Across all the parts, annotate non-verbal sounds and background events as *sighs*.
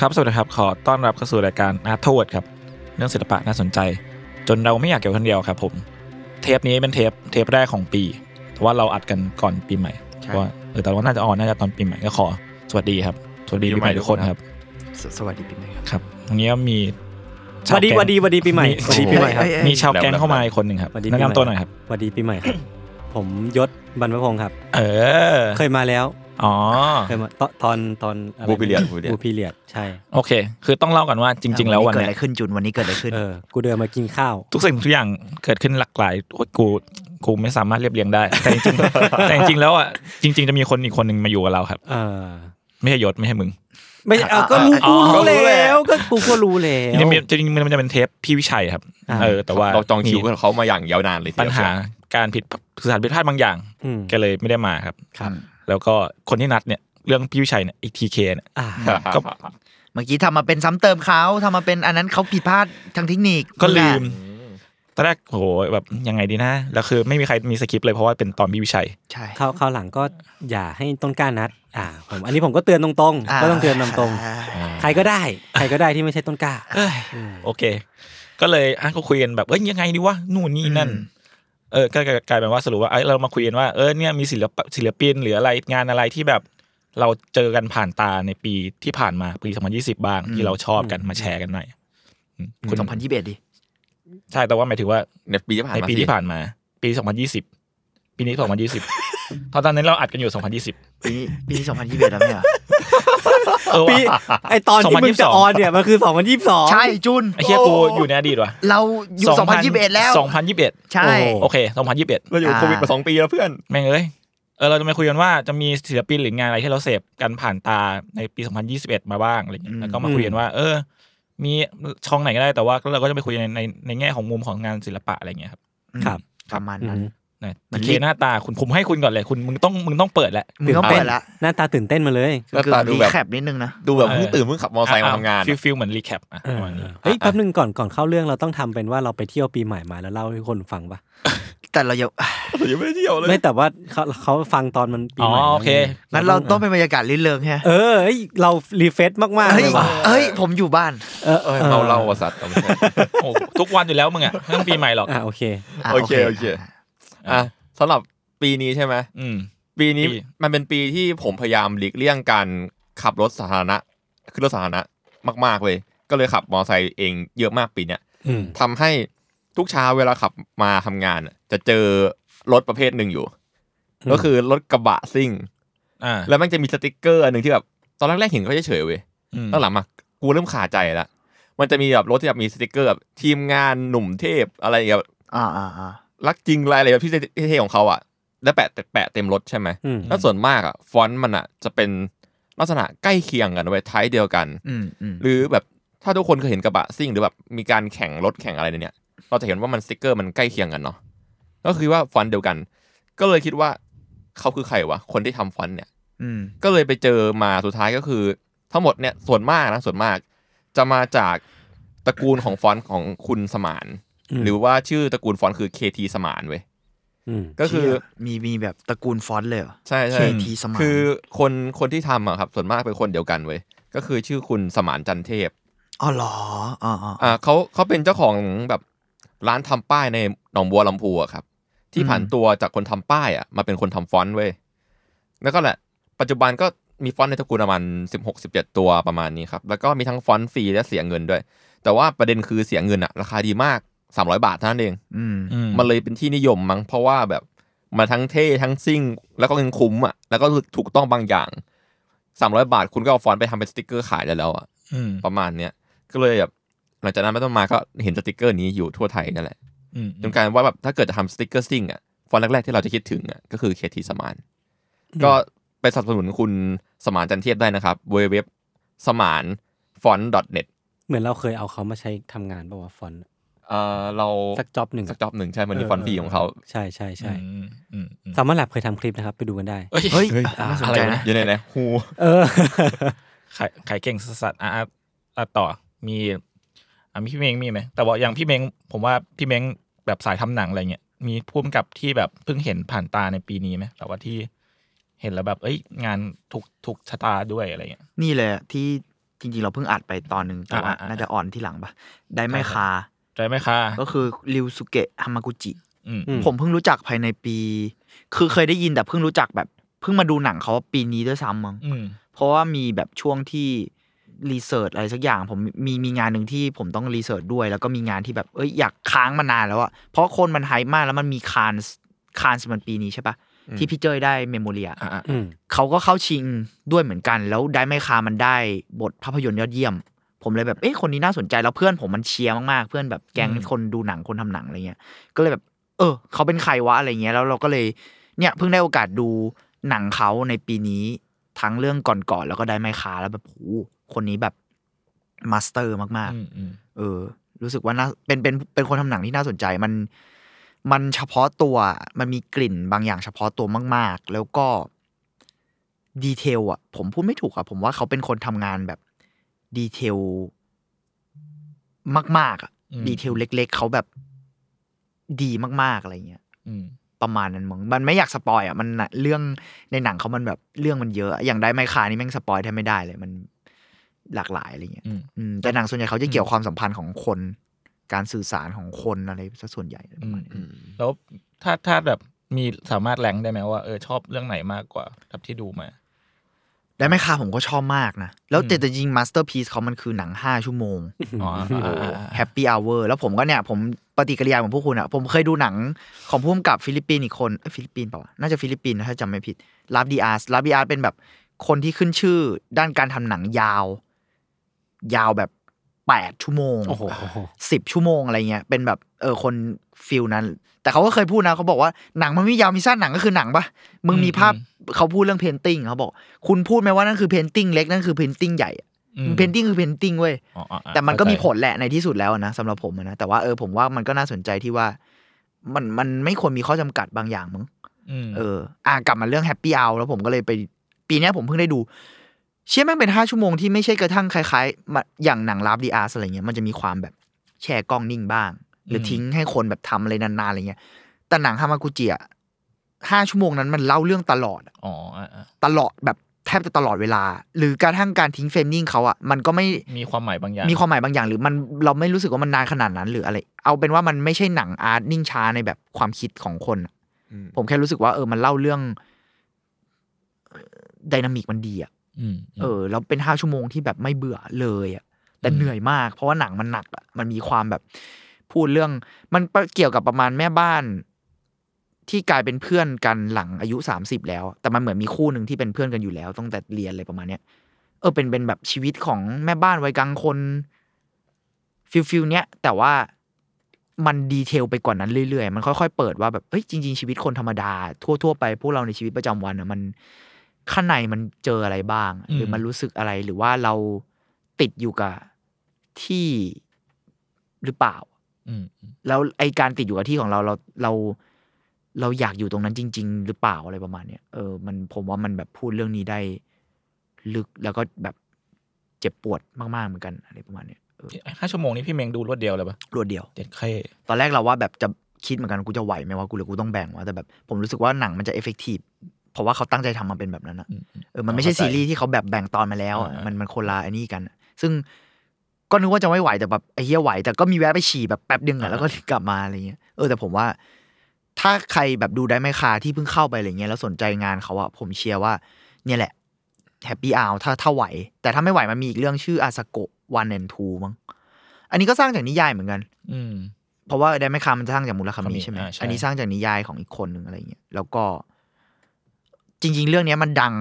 ครับ สวัสดีครับ ขอต้อนรับเข้าสู่รายการอาร์ทเวิร์ดครับ เรื่องศิลปะน่าสนใจ จนเราไม่อยากเก็บคนเดียวครับผม เทปนี้เป็นเทปเทปแรกของปี แต่ว่าเราอัดกันก่อนปีใหม่เพราะว่าเออแต่ว่าน่าจะออนน่าจะตอนปีใหม่ก็ขอ สวัสดีครับ สวัสดีปีใหม่ทุกคนครับ สสวัสดีปีใหม่ครับ ครับวันนี้ก็มี สวัสดี ชาวแก๊ง สวัสดีสวัสดีปีใหม่ มี สวัสดีปีใหม่ครับ เอ้ยเอ้ย มีชาวแก๊งเข้ามาอีกคนหนึ่งครับ สวัสดี แนะ ปีใหม่ นำตัวหน่อยครับ สวัสดีปีใหม่ครับ *coughs* ผมยศบรรพพงศ์ครับ เออ เคยมาแล้ว อ๋อ เคยมาตอนตอนตอนอะไรนะ Blue Period Blue Period Blue Period ใช่ โอเค คือต้องเล่ากันว่าจริง ๆ แล้ววัน เกิด เนี้ อะ ย ไรขึ้นจุนวันนี้เกิดอะไรขึ้น เออกูเดินมากินข้าว ทุกสิ่งทุกอย่างเกิดขึ้นหลากหลายโอ้ยกูกูไม่สามารถเรียบเรียงได้ แต่จริงๆ *laughs* แต่จริงๆแล้วอ่ะจริง ๆ จะมีคนอีกคนหนึ่งมาอยู่กับเราครับ เออ ไม่ใช่ยศไม่ใช่มึง ไม่เอาก็รู้ อ่ะ กู อ่ะ รู้แล้วก็กูก็รู้แล้ว จะมีจริงๆมันจะเป็นเทปพี่วิชัยครับ อ่า เออแต่ว่า เราจองคิว มี กับเขามาอย่างยาวนานเลยที ปัญ เดียว หาการผิดสื่อสารผิดพลาดบางอย่าง อืม แกเลยไม่ได้มาครับ ครับ แล้วก็คนที่นัดเนี่ยเรื่องพี่วิชัยเนี่ยอีทีเคเนี่ย อ่ะ ใช่ไหม ก็ เมื่อกี้ทำมาเป็นซ้ำเติมเขาทำมาเป็นอันนั้นเขาผิดพลาดทางเทคนิค ก็ลืม นั่นตอนแหะแรกโหแบบยังไงดีนะแล้วคือไม่มีใครมีสคริปต์เลยเพราะว่าเป็นตอนพี่วิชัย ใช่ ข้าวข้าวหลังก็อย่าให้ต้นกล้านัด อ่า ผมอันนี้ผมก็เตือนตรง อ่า ๆ ก็ต้องเตือนตรงๆใครก็ได้ ใครก็ได้ที่ไม่ใช่ต้นกล้า โอเค ก็เลยอ่ะก็คุยกันแบบเอ้ยยังไงดีวะนู่นนี่นั่น เออก็ก็กลายเป็นว่าสรุปว่าเอ้ยเรามาคุยกันว่าเออเนี่ยมีศิลปะศิลปินหรืออะไรงานอะไรที่แบบ เราเจอกันผ่านตาในปีที่ผ่านมาปี 2020 บ้าง ที่เราชอบกันมาแชร์กันหน่อยอืม คุณสองพันยี่สิบเอ็ดดิ ใช่แต่ว่าหมายถึงว่า ในปีที่ผ่าน ใน มา ปีที่ สิ ผ่านมา ปี 2020 ปีนี้ *laughs* 2020เพราะตอนนั้นเราอัดกันอยู่ 2020 ปีนี้ปีนี้สองพันยี่สิบเอ็ดแล้วเนี่ย เออ ปี ว่ะ ไอตอนที่มึงจะ 2022 ออนเนี่ยมันคือ 2022 ใช่จุน ไอ้เฮียกูอยู่ในอดีตว่ะ เราอยู่สองพันยี่สิบเอ็ดแล้ว 2021 ใช่ โอ้ โอเค2021 เราอยู่โควิดมาสองปีแล้วเพื่อน แม่งเอ้ย เออเราจะมาคุยกันว่าจะมีศิลปินหรืองานอะไรที่เราเสพกันผ่านตาในปี 2021 มาบ้างอะไรเงี้ อื ย ม แล้วก็มาคุยกันว่า เออ มีช่องไหนก็ได้แต่ว่าเราก็จะไปคุยในในในแง่ของมุมของงานศิลปะอะไรเงี้ยครับ ครับ ประมาณ อื นั้น ม นะ มัน เค ลิงก์ หน้าตาคุณผมให้คุณก่อนเลยคุณมึงต้องมึงต้องเปิดแหละ มึงก็เปิดละ หน้าตาตื่นเต้นมาเลย หน้าตาดู รี แบบ แคปนิดนึงนะ ดูแบบเพิ่งตื่นเพิ่งขับมอเตอร์ไซค์มาทำงาน ฟิลฟิลเหมือนรีแคปอ่ะประมาณนี้ เฮ้ยแป๊บนึงก่อนก่อนเข้าเรื่องเราต้องทำเป็นว่าเราไปเที่ยวปีใหม่มาแล้วเล่าให้คนฟังปะ แต่เราอย่า เรายังไม่ได้เที่ยวเลย ไม่แต่ว่าเขาเขาฟังตอนมันปี อ๋อ ใหม่แล้วไง โอเค งั้นเราต้องเป็นบรรยากาศลื่นเริงแฮะ เออเฮ้ยเรารีเฟซมากๆ เฮ้ เลย ยว่ะ เฮ้ย ผมอยู่บ้าน เออ เออเมาเหล้าว่ะสัตว์ *laughs* เอาไม่ใช่ โอ้ทุกวันอยู่แล้วมึงอ่ะไม่ต้องปีใหม่หรอก อ่ะโอเค อ่ะ โอเค โอ โอ เค เคอ่ะสำหรับปีนี้ใช่ไหม อืม ปีนี้ ปี มันเป็นปีที่ผมพยายามหลีกเลี่ยงการขับรถสาธารณะขึ้นรถสาธารณะมากๆเลยก็เลยขับมอเตอร์ไซค์เองเยอะมากปีเนี้ย อืม ทำให้ทุกเช้าเวลาขับมาทำงานน่ะจะเจอรถประเภทหนึ่งอยู่ ก็คือรถกระบะซิ่ง อ่า แล้วมันจะมีสติกเกอร์อันหนึ่งที่แบบตอนแรกๆเห็นเขาเฉยๆเว้ย อืม ตอนหลังมากูเริ่มขาใจละมันจะมีแบบรถที่แบบมีสติกเกอร์แบบทีมงานหนุ่มเทพอะไรอย่างเงี้ยแบบ อ่าอ่าอ่า รักจริงอะไรอะไรแบบที่เท่ๆของเขาอ่ะแล้วแปะแปะเต็มรถใช่ไหม อืม แล้วส่วนมากอ่ะฟอนต์มันอ่ะจะเป็นลักษณะใกล้เคียงกันเว้ยท้ายเดียวกัน อืมอืม หรือแบบถ้าทุกคนเคยเห็นกระบะซิ่งหรือแบบมีการแข่งรถแข่งอะไรเนี่ย เราจะเห็นว่ามันสติกเกอร์มันใกล้เคียงกันเนาะก็คือว่าฟอนต์เดียวกัน ก็เลยคิดว่าเขาคือใครวะคนที่ทำฟอนต์เนี่ย อืม ก็เลยไปเจอมาสุดท้ายก็คือ ทั้งหมดเนี่ยส่วนมากนะส่วนมาก จะมาจากตระกูลของฟอนต์ของคุณสมาน หรือว่าชื่อตระกูลฟอนต์คือ KT สมานเว้ย ม ก็คือ เชี่ยมีมีแบบตระกูลฟอนต์เลยเหรอ ใช่ใช่ KT สมาน คือคนคนที่ทำอะครับส่วนมากเป็นคนเดียวกันเว้ยก็คือชื่อคุณสมานจันเทพ อ๋อเหรออ๋ออ๋อ อ่าเขาเขาเป็นเจ้าของแบบร้านทำป้ายในหนองบัวลำพูอะครับ ที่ อืม ผ่านตัวจากคนทำป้ายอะมาเป็นคนทำฟอนต์เว้ยแล้วก็แหละ ปัจจุบันก็มีฟอนต์ในตระกูลประมาณ16 17 ตัวประมาณนี้ครับ แล้วก็มีทั้งฟอนต์ฟรีและเสียเงินด้วย แต่ว่าประเด็นคือเสียเงินอะราคาดีมาก 300 บาทเท่านั้นเอง อืม อื มันเลยเป็นที่นิยมมั้งเพราะว่าแบบมาทั้งเท่ทั้งซิ่ง แล้วก็เงินคุ้มอ่ะแล้วก็ถูกต้องบางอย่าง 300 บาทคุณก็เอาฟอนต์ไปทำเป็นสติกเกอร์ขายได้แล้วอ่ะ อืม ประมาณเนี้ยก็เลยแบบหลังจากนั้นไม่ต้องมาก็เห็นสติกเกอร์นี้อยู่ทั่วไทยนั่นแหละ อืม จนกลายเป็นว่าแบบถ้าเกิดจะทำสติกเกอร์ซิ่งอ่ะฟอนต์แรกๆที่เราจะคิดถึงอ่ะก็คือเคทีสมานก็ไปสนับสนุนคุณสมานจันเทียบได้นะครับเว็บสมานฟอนต์ .net เหมือนเราเคยเอาเขามาใช้ทำงานป่าวะฟอนต์ เอ่อเรา สักจ็อบหนึ่ง สักจ็อบหนึ่งใช่มันมีฟอนต์ฟรีของเขา ใช่ใช่ใช่ อืมอืมอืม สามารถแลบเคยทำคลิปนะครับ ไปดูกันได้ เฮ้ย เฮ้ย อ่ะน่าสน อะไร ใจ นะ นะ อยู่ในไหนฮู เออ ขายขายเก่งสัสๆอ่ะอ่ะอ่ะต่อมีอ่ะมีพี่เม้งมีไหมแต่ว่าอย่างพี่เม้งผมว่าพี่เม้งแบบสายทำหนังอะไรเงี้ยมีพุ่มกับที่แบบเพิ่งเห็นผ่านตาในปีนี้ไหมแต่ว่าที่เห็นแล้วแบบ เอ้ย งานถูกถูกชะตาด้วยอะไรเงี้ย นี่เลยอะที่จริงๆ เราเพิ่งอัดไปตอนหนึ่งแต่ว่า อ่าอ่าอ่า น่าจะอ่อนที่หลังปะไดไม ใช่ คา ใจไหมคะ ก็คือริวสุเกะฮามากุจิ อืม อืม ผมเพิ่งรู้จักภายในปี คือเคยได้ยินแต่เพิ่งรู้จักแบบ เพิ่งมาดูหนังเขาปีนี้ด้วยซ้ำมั้ง อืม เพราะว่ามีแบบช่วงที่รีเสิร์ชอะไรสักอย่าง ผมมีมีงานหนึ่งที่ผมต้องรีเสิร์ชด้วย แล้วก็มีงานที่แบบเอ้ยอยากค้างมานานแล้วอะเพราะคนมันไฮป์มากแล้วมันมีคานส์คานส์มันปีนี้ใช่ปะ อืม ที่พี่เจ้ยได้เมมโมเรีย อ่า อืม เขาก็เข้าชิงด้วยเหมือนกัน แล้วได้ไม่คามันได้บทภาพยนตร์ยอดเยี่ยม ผมเลยแบบเอ้ยคนนี้น่าสนใจแล้วเพื่อนผมมันเชียร์มากๆ เพื่อนแบบแก๊ง อืม คนดูหนังคนทำหนังอะไรเงี้ย ก็เลยแบบ เออ เขาเป็นใครวะอะไรเงี้ยแล้วเราก็เลยเนี่ยเพิ่งได้โอกาสดูหนังเขาในปีนี้ทั้งเรื่องก่อนๆแล้วก็ได้ไมคาแล้วแบบโหคนนี้แบบมาสเตอร์มาก อืมอืม ๆ เออ รู้สึกว่าน่าเป็นเป็นเป็นคนทำหนังที่น่าสนใจมัน มันเฉพาะตัวมันมีกลิ่นบางอย่างเฉพาะตัวมาก ๆ แล้วก็ดีเทลอ่ะ ผมพูดไม่ถูกอ่ะ ผมว่าเขาเป็นคนทำงานแบบดีเทลมากๆอ่ะ อืม ดีเทลเล็ก ๆ เขาแบบดีมาก ๆ อะไรเงี้ย อืม ประมาณนั้นมึงมันไม่อยากสปอยอ่ะ มันน่ะเรื่องในหนังเขามันแบบเรื่องมันเยอะ อย่างได้ไมคานี่แม่งสปอยแทบไม่ได้เลย มันหลากหลายอะไรเงี้ย อืม อืมแต่หนังส่วนใหญ่เขาจะเกี่ยวความสัมพันธ์ของคน การสื่อสารของคนอะไรซะส่วนใหญ่อะไรประมาณนี้ แล้วถ้าถ้าแบบมีสามารถแรงได้ไหมว่าเออชอบเรื่องไหนมากกว่าแบบที่ดูมา ได้ไมคาผมก็ชอบมากนะ แล้ว อืม แต่จริงมาสเตอร์พีซเขามันคือหนังห้าชั่วโมง อ๋ออ่าอ่าอ่า *laughs* แฮปปี้อ u เวอร์แล้วผมก็เนี่ย ผมปฏิกิริยาของพวกคุณอ่ะ ผมเคยดูหนังของผู้กำกับฟิลิปปินส์อีกคนเอ้ยฟิลิปปินส์เปล่าวะน่าจะฟิลิปปินส์นะถ้าจำไม่ผิดลาบดีอาร์สลาบดีอาร์เป็นแบบคนที่ขึ้นชื่อด้านการทำหนังยาว ยาวแบบแปดชั่วโมง โอ้โห สิบชั่วโมงอะไรเงี้ยเป็นแบบเออคนฟิลนั้น แต่เขาก็เคยพูดนะเขาบอกว่าหนังมันไม่ยาวมีสั้นหนังก็คือหนังปะมึงมีภาพ อื เขาพูดเรื่องเพนติ้งเขาบอก คุณพูดไหมว่านั่นคือเพนติ้งเล็กนั่นคือเพนติ้งใหญ่ อืม เพนติ้งคือเพนติ้งเว้ย อ๋ออ๋ออ๋อ แต่มันก็มีผ เข้าใจ ลแหละในที่สุดแล้วอะนะสำหรับผมอะนะแต่ว่าเออผมว่ามันก็น่าสนใจที่ว่า มันมันไม่ควรมีข้อจำกัดบางอย่างมั้ง อืม เอออ่ะกลับมาเรื่องแฮปปี้เอาแล้วผมก็เลยไปปีเนี้ยผมเพิ่งได้ดู เชื่อแม่งเป็นห้าชั่วโมงที่ไม่ใช่กระทั่งคล้ายๆมาอย่างหนังลาบดีอาร์อะไรเงี้ยมันจะมีความแบบแชร์กล้องนิ่งบ้าง หรือทิ้งให้คนแบบทำอะไรนานๆอะไรเงี้ยแต่หนังฮามากุจิอะห้าชั่วโมงนั้นมันเล่าเรื่องตลอดอะ อ๋ออ่าอ่า ตลอดแบบแทบจะตลอดเวลา หรือกระทั่งการทิ้งเฟรมนิ่งเขาอ่ะมันก็ไม่ มีความหมายบางอย่าง มีความหมายบางอย่าง หรือมันเราไม่รู้สึกว่ามันนานขนาดนั้นหรืออะไร เอาเป็นว่ามันไม่ใช่หนังอาร์ตนิ่งช้าในแบบความคิดของคนอะผมแค่รู้สึกว่าเออมันเล่าเรื่องดินามิกมันดีอ่ะ อืมม เออแล้วเป็นห้าชั่วโมงที่แบบไม่เบื่อเลยอ่ะแต่ อืม เหนื่อยมาก เพราะว่าหนังมันหนักอ่ะมันมีความแบบพูดเรื่อง มันเกี่ยวกับประมาณแม่บ้าน ที่กลายเป็นเพื่อนกันหลังอายุ 30 แล้ว แต่มันเหมือนมีคู่หนึ่งที่เป็นเพื่อนกันอยู่แล้วตั้งแต่เรียนอะไรประมาณเนี้ยเออเป็นเป็นแบบชีวิตของแม่บ้านวัยกลางคนฟิลฟิลเนี้ยแต่ว่ามันดีเทลไปกว่านั้นเรื่อยๆ มันค่อยๆ เปิดว่าแบบเอ้ยจริง ๆ ชีวิตคนธรรมดา ทั่วๆ ไปพวกเราในชีวิตประจำวันอะมันข้างในมันเจออะไรบ้าง หรือมันรู้สึกอะไรหรือว่าเราติดอยู่กับที่หรือเปล่า อืมอืม แล้วไอการติดอยู่กับที่ของเราเราเราเราอยากอยู่ตรงนั้นจริง ๆ หรือเปล่าอะไรประมาณเนี้ยเออมันผมว่ามันแบบพูดเรื่องนี้ได้ลึกแล้วก็แบบเจ็บปวดมากๆเหมือนกันอะไรประมาณเนี้ยเออ ห้าชั่วโมงนี้พี่เมงดูรวดเดียวเลยปะ รวดเดียว เด็ดเค่ ตอนแรกเราว่าแบบจะคิดเหมือนกันกูจะไหวไหมว่ากูหรือกูต้องแบ่งวะแต่แบบผมรู้สึกว่าหนังมันจะเอฟเฟกตีฟเพราะว่าเขาตั้งใจทำมาเป็นแบบนั้นอะ อืมอื เออ มันไม่ใช่ซีรีส์ที่เขาแบบแบ่งตอนมาแล้วอะ อ่าอ่ามั มันมันคนละไอันนี้กันอะซึ่ง ก็นึกว่าจะไม่ไหวแต่แบบไอ้เหี้ยไหว แต่ก็มีแวะไปฉี่แบบแป๊บเดียวอะแล้วก็กลับมาอะไรเงี้ยเออแต่ผมว่า ถ้าใครแบบดูได้ไหมคาที่เพิ่งเข้าไปอะไรเงี้ยแล้วสนใจงานเขาอะผมเชียร์ว่า เนี่ยแหละแฮปปี้อาวถ้าถ้าไหว แต่ถ้าไม่ไหวมันมีอีกเรื่องชื่ออาสโกวันแอนทูมั้งอันนี้ก็สร้างจากนิยายเหมือนกัน อืม เพราะว่าไดไม่คามันสร้างจากมูลคามิใช่ไหม อ่าใช่ อันนี้สร้างจากนิยายของอีกคนหนึ่งอะไรอย่างเงี้ย แล้วก็ จริง ๆ เรื่องเนี้ยมันดัง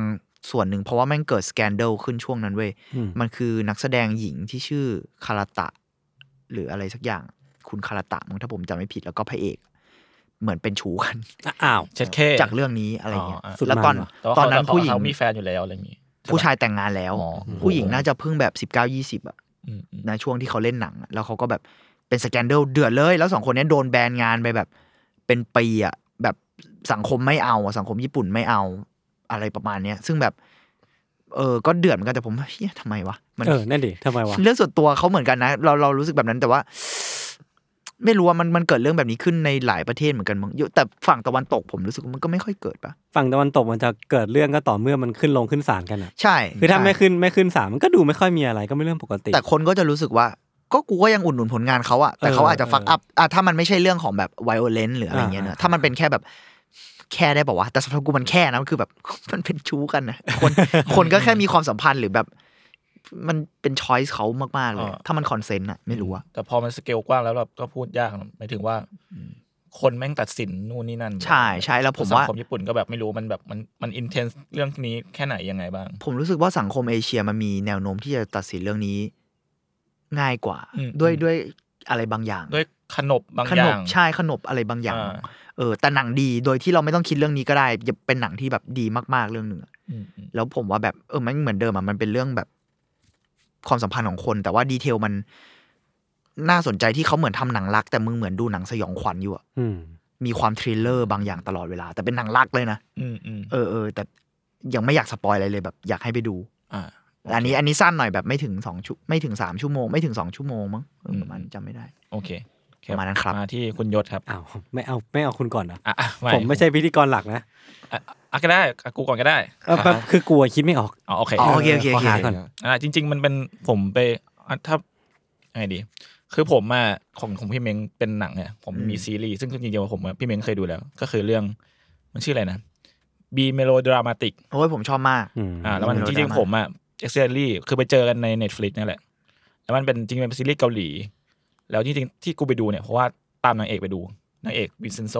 ส่วนหนึ่งเพราะว่าแมันเกิดสแกนเดลขึ้นช่วงนั้นเว้ย อืม มันคือนักแสดงหญิงที่ชื่อคาราตะ หรืออะไรสักอย่าง คุณคาราตะมั้งถ้าผมจำไม่ผิดแล้วก็พระเอก เหมือนเป็นชู *laughs* กัน อ้าว เช็ดแค่ จากเรื่องนี้อะไรอย่างเงี้ย อ๋ออ่ะ สุด แล้วตอน มันว่ะ แว่า ตอน เขา นั้น เขา ผู้หญิง เขามีแฟนอยู่แล้วอะไรอย่างงี้ใช่ปะ ผู้ชายแต่งงานแล้ว อ๋อ ผู้หญิงน่าจะเพิ่งแบบสิบเก้ายี่สิบอะ อืมอืม ในช่วงที่เขาเล่นหนังอะแล้วเขาก็แบบเป็นสแกนเดลเดือดเลย แล้วสองคนเนี้ยโดนแบนงานไปแบบ เป็นปีอะแบบสังคมไม่เอาอะสังคมญี่ปุ่นไม่เอาอะไรประมาณเนี้ย ซึ่งแบบ เออก็เดือดเหมือนกันแต่ผมเฮียทำไมวะมัน เออนั่นดิทำไมวะ เรื่องส่วนตัวเขาเหมือนกันนะ เราเรารู้สึกแบบนั้นแต่ว่า ไม่รู้ว่ามันมันเกิดเรื่องแบบนี้ขึ้นในหลายประเทศเหมือนกันมั้งเยอะแต่ฝั่งตะวันตกผมรู้สึกว่ามันก็ไม่ค่อยเกิดปะ ฝั่งตะวันตกมันจะเกิดเรื่องก็ต่อเมื่อมันขึ้นลงขึ้นศาลกันอ่ะ ใช่ คือถ้า ใช่ ไม่ขึ้นไม่ขึ้นศาลมันก็ดูไม่ค่อยมีอะไรก็ไม่เรื่องปกติ แต่คนก็จะรู้สึกว่า ก็กูก็ยังอุดหนุนผลงานเขาอะแต่เขาอาจจะ เออ ฟักอัพอ่ะถ้ามันไม่ใช่เรื่องของแบบไวโอเลนหรืออะไรเงี้ยเนอะ อ่า ถ้ามันเป็นแค่แบบแค่ได้บอกว่าวะแต่สำหรับกูมันแค่นะมันคือแบบ *laughs* มันเป็นชู้กันนะ *laughs* คนคนก็แค่มีความสัมพันธ์หรือแบบ มันเป็นช้อยส์เขามากๆเลย ถ้ามันคอนเซนต์อะไม่รู้อะ แต่พอมันสเกลกว้างแล้วเราก็พูดยากนะหมายถึงว่า คนแม่งตัดสินนู่นนี่นั่น ใช่ใช่แล้วผม สัง ว่า คมญี่ปุ่นก็แบบไม่รู้มันแบบมันมันอินเทนส์เรื่องนี้แค่ไหนยังไงบ้าง ผมรู้สึกว่าสังคมเอเชียมันมีแนวโน้มที่จะตัดสินเรื่องนี้ง่ายกว่า อืม ด้วย อืม ด้วยอะไรบางอย่าง ด้วยขนบบาง ข อนย่าม ง ใช่ขนบอะไรบางอย่าง อ่า เออแต่หนังดีโดยที่เราไม่ต้องคิดเรื่องนี้ก็ได้จะเป็นหนังที่แบบดีมากๆเรื่องหนึ่งอะ อืมอืม แล้วผมว่าแบบเออมันเหมือนเดิมอะมันเป็นเรื่องแบบ ความสัมพันธ์ของคน แต่ว่าดีเทลมันน่าสนใจที่เขาเหมือนทำหนังรัก แต่มึงเหมือนดูหนังสยองขวัญอยู่อะ อืม มีความทริลเลอร์บางอย่างตลอดเวลา แต่เป็นหนังรักเลยนะ อืมอืม เออเออแต่ยังไม่อยากสปอยอะไรเลยแบบ อยากให้ไปดู อ่า อันนี้อันนี้สั้นหน่อยแบบไม่ถึงสองชั่วไม่ถึงสามชั่วโมงไม่ถึงสองชั่วโมงมั้งเออประมาณ อืม จำไม่ได้ โอเคโอเ ประมาณนั้นครับ มาที่คุณยศครับ อ้าวไม่เอาไม่เอาคุณก่อนนะ อ่ะอ่ะ ผมไม่ใช่พิธีกรหลักนะ อ่ะอ่ะก็ได้อ่ะกูก่อนก็ได้ เออแป๊บคือกลัวคิดไม่ออก อ๋อโอเค อ๋อโอเคโอเค ข โอ อ เค หาก่อน อ่าจริง ๆ มันเป็นผมไปอ่ะถ้าไงดี คือผมอ่ะของของพี่เม้งเป็นหนังอ่ะผมมี อืม ซีรีส์ซึ่งจริงๆว่าผมอะพี่เม้งเคยดูแล้ว ก็คือเรื่องมันชื่ออะไรนะบีเมโลดรามาติก โอ้ยผมชอบมาก อืม อ่าแล้วมัน Melodrama จริงๆผมอ่ะเอ็กซ์เซอรี่คือไปเจอกันใน Netflix นั่นแหละแล้วมันเป็นจริงๆเป็นซีรีส์เกาหลี แล้วจริงๆที่กูไปดูเนี่ยเพราะว่าตามนางเอกไปดูนางเอกวินเซนโซ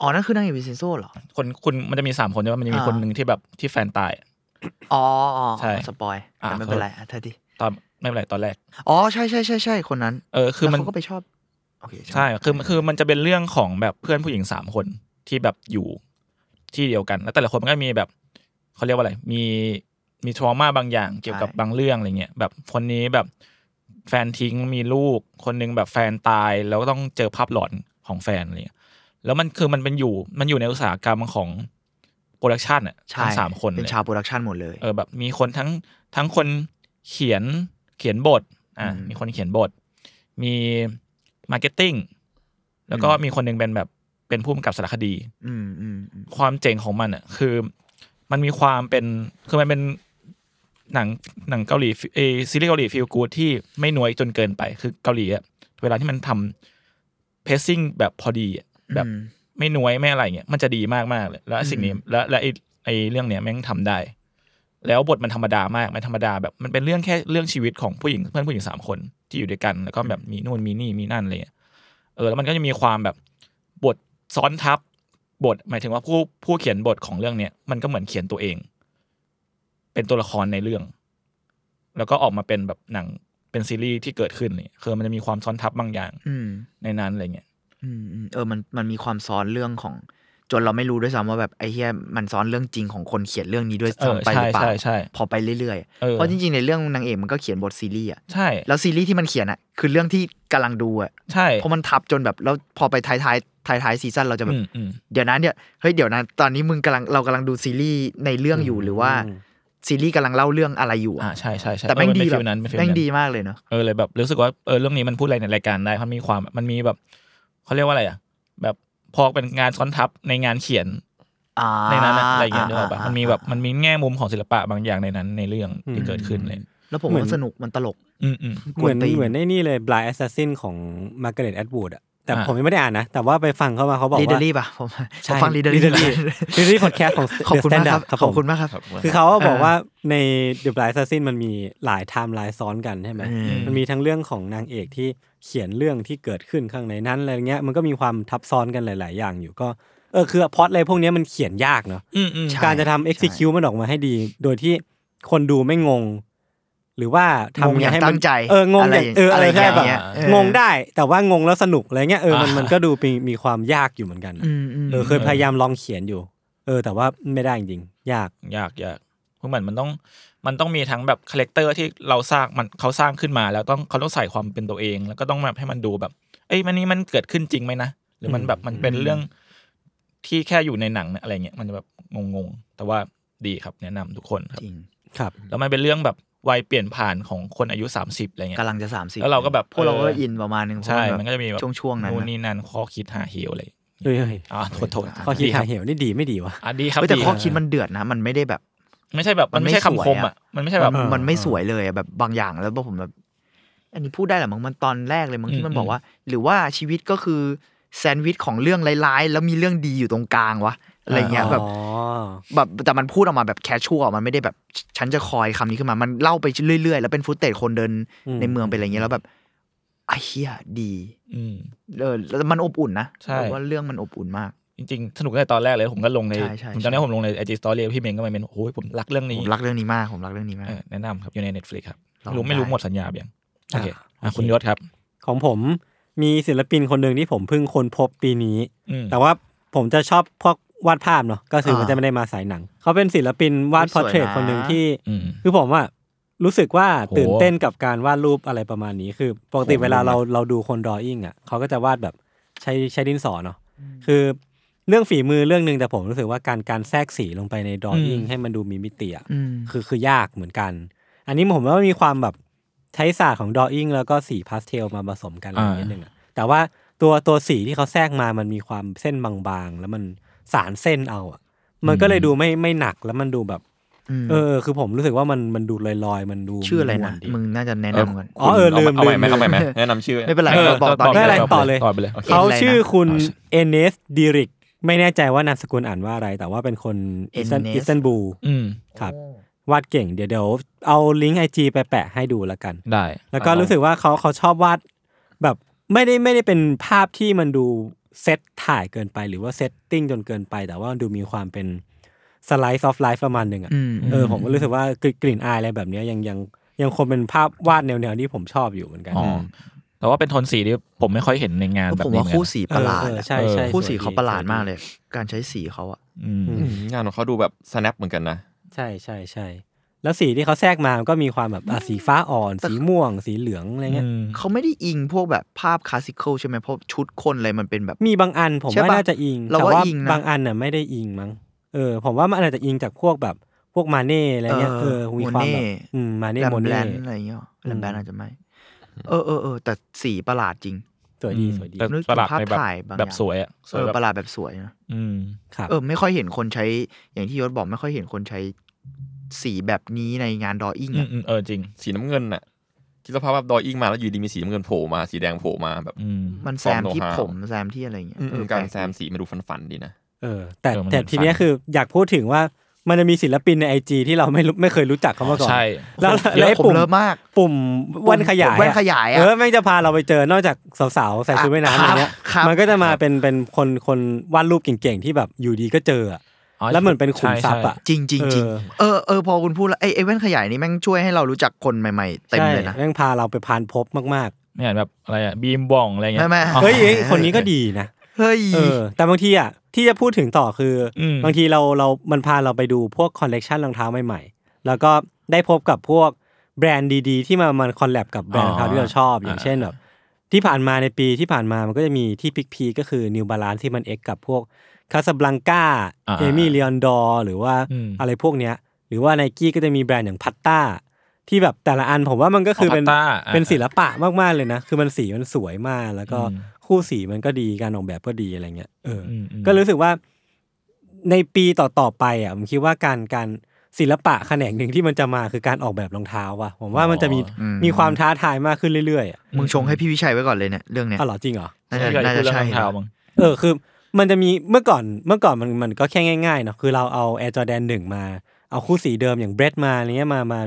อ๋อนั่นคือนางเอกวินเซนโซเหรอ คนคุณมันจะมีสามคนใช่ไหมมันจะมี อ่า คนหนึ่งที่แบบที่แฟนตายอะ อ๋ออ๋อ ใช่ สปอย อ่ะ แต่ไม่เป็นไรอ่ะเธอดี ตอนไม่เป็นไรตอนแรก อ๋อใช่ใช่ใช่ใช่คนนั้น เออคือมัน แล้วเขาก็ไปชอบโอเค ใช่คือคือมันจะเป็นเรื่องของแบบเพื่อนผู้หญิงสามคนที่แบบอยู่ที่เดียวกัน แล้วแต่ละคนมันก็มีแบบเขาเรียกว่าอะไร มีมีทรมาบางอย่างเกี่ยวกับบางเรื่องอะไรเงี้ยแบบคนนี้แบบแฟนทิ้งมีลูก คนนึงแบบแฟนตาย แล้วก็ต้องเจอภาพหลอนของแฟนอะไรเงี้ยแล้วมันคือมันเป็นอยู่มันอยู่ในอุตสาหกรรมของโปรดักชันอ่ะ ใช่ ทั้งสามคน เป็น เลย ชาวโปรดักชันหมดเลย เออแบบมีคนทั้งทั้งคนเขียนเขียนบทอ่ะ อืม มีคนเขียนบท มีมาร์เก็ตติ้งแล้วก็ อืม มีคนหนึ่งเป็นแบบเป็นผู้กำกับสารคดี อืมอืมอืม ความเจ๋งของมันอ่ะคือมันมีความเป็นคือมันเป็นหนังหนังเกาหลีเอยซีรีส์เกาหลีฟิลกูดที่ไม่หน่วยจนเกินไปคือเกาหลีอ่ะเวลาที่มันทำเพสซิ่งแบบพอดีอะแบบ อืม ไม่น้วยไม่อะไรเงี้ยมันจะดีมากมากๆเลย แล้วไอ้สิ่งนี้ อืม และและไอ้ไอ้เรื่องเนี้ยแม่งทำได้ แล้วบทมันธรรมดามากมันธรรมดาแบบมันเป็นเรื่องแค่เรื่องชีวิตของผู้หญิงเพื่อนผู้หญิงสามคนที่อยู่ด้วยกัน แล้วก็แบบมีนู่นมีนี่มีนั่นอะไรเลยเออแล้วมันก็จะมีความแบบบทซ้อนทับบทหมายถึงว่าผู้ผู้เขียนบทของเรื่องเนี้ยมันก็เหมือนเขียนตัวเอง เป็นตัวละครในเรื่อง แล้วก็ออกมาเป็นแบบหนังเป็นซีรีส์ที่เกิดขึ้นเลยคือมันจะมีความซ้อนทับบางอย่าง อืม ในนั้นอะไรเงี้ย อืมอืมเออมันมันมีความซ้อนเรื่องของ จนเราไม่รู้ด้วยซ้ำว่าแบบไอ้เฮียมันซ้อนเรื่องจริงของคนเขียนเรื่องนี้ด้วย เออ ซ้ำไปหรือเปล่า ใช่ใช่ใช่ พอไปเรื่อย เออ เพราะจริงๆในเรื่องนางเอกมันก็เขียนบทซีรีส์อ่ะ ใช่ แล้วซีรีส์ที่มันเขียนอ่ะคือเรื่องที่กำลังดูอ่ะ ใช่ เพราะมันทับจนแบบแล้วพอไปท้ายท้ายท้ายท้ายๆซีซั่นเราจะแบบ อืมอืม เดี๋ยวนะเนี่ยเฮ้ยเดี๋ยวนะตอนนี้มึงกำลังเรากำลังดูซีรีส์ในเรื่องอยู่หรือว่า ซีรีส์กำลังเล่าเรื่องอะไรอยู่ อ่าใช่ใช่ใช่ แต่แม่ง เออ ดี เป็น แบฟิบลนั้นเป็นฟิล แม่ง นั้น ดีมากเลยเนาะ เออเลยแบบรู้สึกว่าเออเรื่องนี้มันพูดอะไรในรายการได้มันมีความมันมีแบบเขาเรียกว่าอะไรอ่ะแบบพอเป็นงานซ้อนทับในงานเขียน อ่า ในนั้นอะอะไรอย่างเงี้ย า ด้วยป่ะ อ่า มันมีแบบมันมีแง่มุมของศิลปะบางอย่างในนั้นในเรื่องที่ อืม เกิดขึ้นเลย แล้วผม เหมือ ว่าน สนุกมันตลก อืมอืม ก เห วนมือน ตีน เหมือนไอ้นี่เลยบลายแอสซัสซินของมาร์กาเร็ตแอดวูดอะแต่ อ่า ผมยังไม่ได้อ่านนะ แต่ว่าไปฟังเข้ามาเขาบอก ลีเดอ ว่า รี่ป่ะผมผ ใช่ มฟังลีเดอรี่ Leaderly Leaderly podcast ของ The *laughs* ขอบคุณมากครับ Standard ครับผม ขอบคุณมากครับ ครับ คือเขาก็บอก อ่า ว่าใน The Blind Assassin มันมีหลายไทม์ไลน์ซ้อนกันใช่ไหม อืม มันมีทั้งเรื่องของนางเอกที่เขียนเรื่องที่เกิดขึ้นข้างในนั้นอะไรเงี้ยมันก็มีความทับซ้อนกันหลาย ๆ อย่างอยู่ก็เออคือพล็อตอะไรพวกเนี้ยมันเขียนยากเนาะ อืมอืม ใช่ การจะทำ execute มันออกมาให้ดี โดยที่คนดูไม่งง หรือว่าง งง ทำ อย่าง ให้ ตั้ มั งใจ เอองง อะไร อย่างเอออะไร อะไร แค่แบบ อย่างเงี้ยเออ งงได้แต่ว่างงแล้วสนุกอะไรเงี้ยเออมัน อ่ามั มันก็ดูมีมีความยากอยู่เหมือนกันนะ อืมอืม เออเคยพยายามลองเขียนอยู่ เออ แต่ว่าไม่ได้จริงๆยาก ยากยากเพราะเหมือนมันต้องมันต้องมีทั้งแบบคาแรคเตอร์ที่เราสร้างมันเขาสร้างขึ้นมาแล้วต้องเขาต้องใส่ความเป็นตัวเอง แล้วก็ต้องแบบให้มันดูแบบ เอ้ยมันนี่มันเกิดขึ้นจริงไหมนะหรือมันแบบมันเป็นเรื่องที่แค่อยู่ในหนังอะไรเงี้ยมันจะแบบงงๆแต่ว่าดีครับแนะนำทุกคนครับ จริง ครับ แล้วมันเป็นเรื่องแบบวัยเปลี่ยนผ่านของคนอายุ 30อะไรเงี้ย กำลังจะสามสิบ แล้วเราก็แบบ พวกเราก็ เอออิ อินประมาณนึง ใช่ เพรา มันก็จะมีแบบ ช่วงช่วงๆนั้น นู่น นะ นี่นั่นข้อคิดหาเหวอะไร เฮ้ยเฮ้ย อ่าโทษโทษ ข้อคิด ค หา รับ เหวนี่ดีไม่ดีวะ อ่ะดีครับ เฮ้ยแต่ ดี ข้คอรับ คิดมันเดือดนะ มันไม่ได้แบบ ไม่ใช่แบบมันไม่ใช่คำคมอ่ะมันไม่ใช่แบบ มัน เออ มันไม่สวยเลยอะแบบบางอย่างแล้วผมแบบ อันนี้พูดได้เหรอมั้งมันตอนแรกเลยมั้ง อื ที่ ม มันบอก อืม ว่า หรือว่าชีวิตก็คือแซนด์วิชของเรื่องร้ายๆ แล้วมีเรื่องดีอยู่ตรงกลางวะอะไรเงี้ยแบบ อ๋อ แบบแต่มันพูดออกมาแบบแคชชวลมันไม่ได้แบบฉฉันจะคอยคำนี้ขึ้นมา มันเล่าไปเรื่อยๆ แล้วเป็นฟุตเตจคนเดิน อืม ในเมืองไปนอะไรเงี้ยแล้วแบบไอ้เฮียดี อืม เออแล้วมันอบอุ่นนะ ใช่ ผมว่าเรื่องมันอบอุ่นมาก จริงๆ สนุกตั้งแต่ตอนแรกเลยผมก็ลงใน ใช่ใช่ ผมจำได้ ใช่ ผมลงในไอจีสตอรี่พี่เมงก็มาเป็นโอ้ยผมรักเรื่องนี้ ผมรักเรื่องนี้มากผมรักเรื่องนี้มา เอก อแนะนำครับอยู่ใน Netflix ครับ ลอง รู้ไม่รู้ ได้ หมดสัญญาเบียงโอเค อ่ะ อ่ะ โอเค คุณยศครับ ของผมมีศิลปินคนหนึ่งที่ผมเพิ่งค้นพบปีนี้ อืม แต่ว่าผมจะชอบพวกวาดภาพเนาะก็คือมัน อ่า จะไม่ได้มาสายหนัง เขาเป็นศิลปินวาด อุ๊ย พอร์เทรต สวยนะ คนหนึ่งที่ อืม คือผมอะรู้สึกว่า โห ตื่นเต้นกับการวาดรูปอะไรประมาณนี้ คือปกติ โห เวลาเราเราดูคนดรออิ่งอะเขาก็จะวาดแบบใช้ใช้ดินสอเนาะคือเรื่องฝีมือเรื่องหนึ่งแต่ผมรู้สึกว่าการการแทรกสีลงไปในดรออิ่งให้มันดูมีมิติอะ อืม คือคือยากเหมือนกัน อันนี้ผมว่ามีความแบบใช้ศาสตร์ของดอ w ิ n งแล้วก็สีพาสเทลมาผสมกันอะไร อ่า นิดนึงอะแต่ว่าตัวตัวสีที่เขาแทรกมามันมีความเส้นบางๆ แล้วมันสารเส้นเอาอะมันก็เลยดูไม่ไม่หนักแล้วมันดูแบบ อืม เออ คือผมรู้สึกว่ามันมันดูลอยๆ มันดู ชื่ออะไรนะ วดี มึงน่าจะแนะนำกัน อ๋อเออลืม เอาใหม่ไหม ลืม เอาใหม่ไหมแนะนำชื่อ ไม่เป็นไร เออ เราบอกตอน ไม่ นี้ เป็นไร เราบต่อ อก เลย ต่อไปเลยโอเค เขาชื่อคุณ เอาสิ เอเนสดิริกไม่แน่ใจว่านามสกุลอ่านว่าอะไร แต่ว่าเป็นคนอิสตัน Enes อิสตันบูล อืม ครับวาดเก่งเดี๋ยวเดี๋ยวเอาลิงก์ไอจีไปแปะให้ดูแล้วกัน ได้ แล้วก็ อ่าลอง รู้สึกว่าเขาเขาชอบวาดแบบไม่ได้ไม่ได้เป็นภาพที่มันดูเซตถ่ายเกินไป หรือว่าเซตติ้งจนเกินไป แต่ว่ามันดูมีความเป็นสไลด์ซอฟไลฟ์ประมาณหนึ่งอ่ะ อืม เออผมก็รู้สึกว่ากลิ่นกลิ่นอายอะไรแบบเนี้ยยังยังยังคงเป็นภาพวาดแนวๆที่ผมชอบอยู่เหมือนกัน อ๋อแต่ว่าเป็นโทนสีที่ผมไม่ค่อยเห็นในงานแบบ ผม นี้ ว่า เหมือนกัน คู่สีประหลาด เออเออ อะ ใช่ใช่ คู่ วย สี ดี เขาประหลาด สวย มากเลย การใช้สีเขาอะ อืม อืม งานของเขาดูแบบ snap เหมือนกันนะ ใช่ใช่ใช่แล้วสีที่เขาแทรกมามันก็มีความแบบอ่ะสีฟ้าอ่อน สีม่วง สีเหลืองอะไรเงี้ย อืม เขาไม่ได้อิงพวกแบบภาพคลาสสิคอลใช่ไหมเพราะชุดคนอะไรมันเป็นแบบ มีบางอันผม ใช่ ว่า ปะ น่าจะอิง เรา แต่ ว่า ว่า อิงนะ บางอันน่ะไม่ได้อิงมั้งเออ ผมว่ามันอาจจะอิงจากพวกแบบพวกมาเน่อะไรเงี้ย เออ เออมีความแบบ โมเน่ อืมมาเน่ แลม โม แบ เน่ นอะไรอย่างเงี้ย อืม แลมแบนอาจจะไม่ เออเออเออแต่สีประหลาดจริง สวยดีสวยดี แต่ นึกถึง ประหลาดในแบ ภาพ บ ถ่ายบางอย่าง แบบสวยอ่ะส เอ วย อ แบบ ประหลาดแบบสวยนะ อืม ครับ เออ ไม่ค่อยเห็นคนใช้ อย่างที่ยศบอกไม่ค่อยเห็นคนใช้สีแบบนี้ในงานดออิ่ง อืม อะ อืมเออจริง สีน้ำเงินน่ะคิดสภาพแบบดออิ่งมาแล้วอยู่ดีมีสีน้ำเงินโผล่มาสีแดงโผล่มาแบบ อืม มันแซมที่ ความโนฮาว ผมแซมที่อะไรอย่างเงี้ย อืม เออ การ ปล แซมสีมันดูฝันๆดีนะ เออ แต่ เออมัน แต่ เหมือน ทีเนี้ย ฟัง คืออยากพูดถึงว่ามันจะมีศิลปินในไอจที่เราไม่รู้ไม่เคยรู้จักเขามาก่อน ใช่ แล้ว เย แล้อะวไอ้ ผม ปุ่ม เลิฟมาก ปุ่มแว่นขยาย ปุ่มแว่นขยายอะ เออแม่งจะพาเราไปเจอนอกจากสาวๆใส่ชุดว่ายน้ำอะไรเงี้ย ครับ มันก็จะมาเป็นเป็นคนคนวาดรูปเก่งๆที่แบบอยู่ดีก็เจออะ อ๋อ แล้วเหมือนเป็นขุมทรัพย์อะ ใช่ จริงจริงจริง เอเอออเออพอคุณพูดแล้วไอ้ไอ้แว่นขยายนี่แม่งช่วยให้เรารู้จักคนใหม่ๆเต็มเลยนะ ใช่แม่งพาเราไปพานพบมาก เนี่ยแบบอะไรอ่ะบีมบ่องอะไรเงี้ย ไม่ไม่ อ๋อ ๆ เฮ้ยเอ้ย เฮ้ย คนนี้ก็ดีนะ เฮ้ย เออ แต่บางทีอ่ะที่จะพูดถึงต่อคืออ ม บางทีเราเรามันพาเราไปดูพวกคอลเลกชันรองเท้าใหม่ๆ แล้วก็ได้พบกับพวกแบรนด์ดีๆ ที่มามันคอลแลบกับแบรนด์รองเท้าที่เราชอบ อย่างเช่นแบบที่ผ่านมาในปีที่ผ่านมามันก็จะมีที่พิกพีก็คือ New Balance ที่มันเอ็กกับพวกคาสบลังกา อ่า เอมี่เลออนดอหรือว่า อืม อะไรพวกเนี้ย หรือว่าไนกี้ก็จะมีแบรนด์อย่างพัตตาที่แบบแต่ละอันผมว่ามันก็คือเป็น พาต้าอ่ะ เป็นศิลปะมาก ๆ เลยนะ คือมันสีมันสวยมาก แล้วก็ อืม คู่สีมันก็ดีการออกแบบก็ดีอะไรเงี้ย เอออ อืมอืม ก็รู้สึกว่าในปีต่อ ๆ ไปอ่ะผมคิดว่าการการ ศิลปะแขนงหนึ่งที่มันจะมาคือการออกแบบรองเท้าว่ะผมว่ามันจะมี อืม มีความท้าทายมากขึ้นเรื่อยๆอะ มึงชงให้พี่วิชัยไว้ก่อนเลยเนี่ยเรื่องเนี้ย อ๋อเหรอจริงเหรอ น่าจะน่าจะใช่ เรื่องรองเท้ามั้ง เออคือมันจะมีเมื่อก่อนเมื่อก่อนมันมันก็แค่ง่ายๆเนาะคือเราเอา Air Jordan หนึ่งมา เอาคู่สีเดิมอย่างเบรดมาอะไรเงี้ยมามา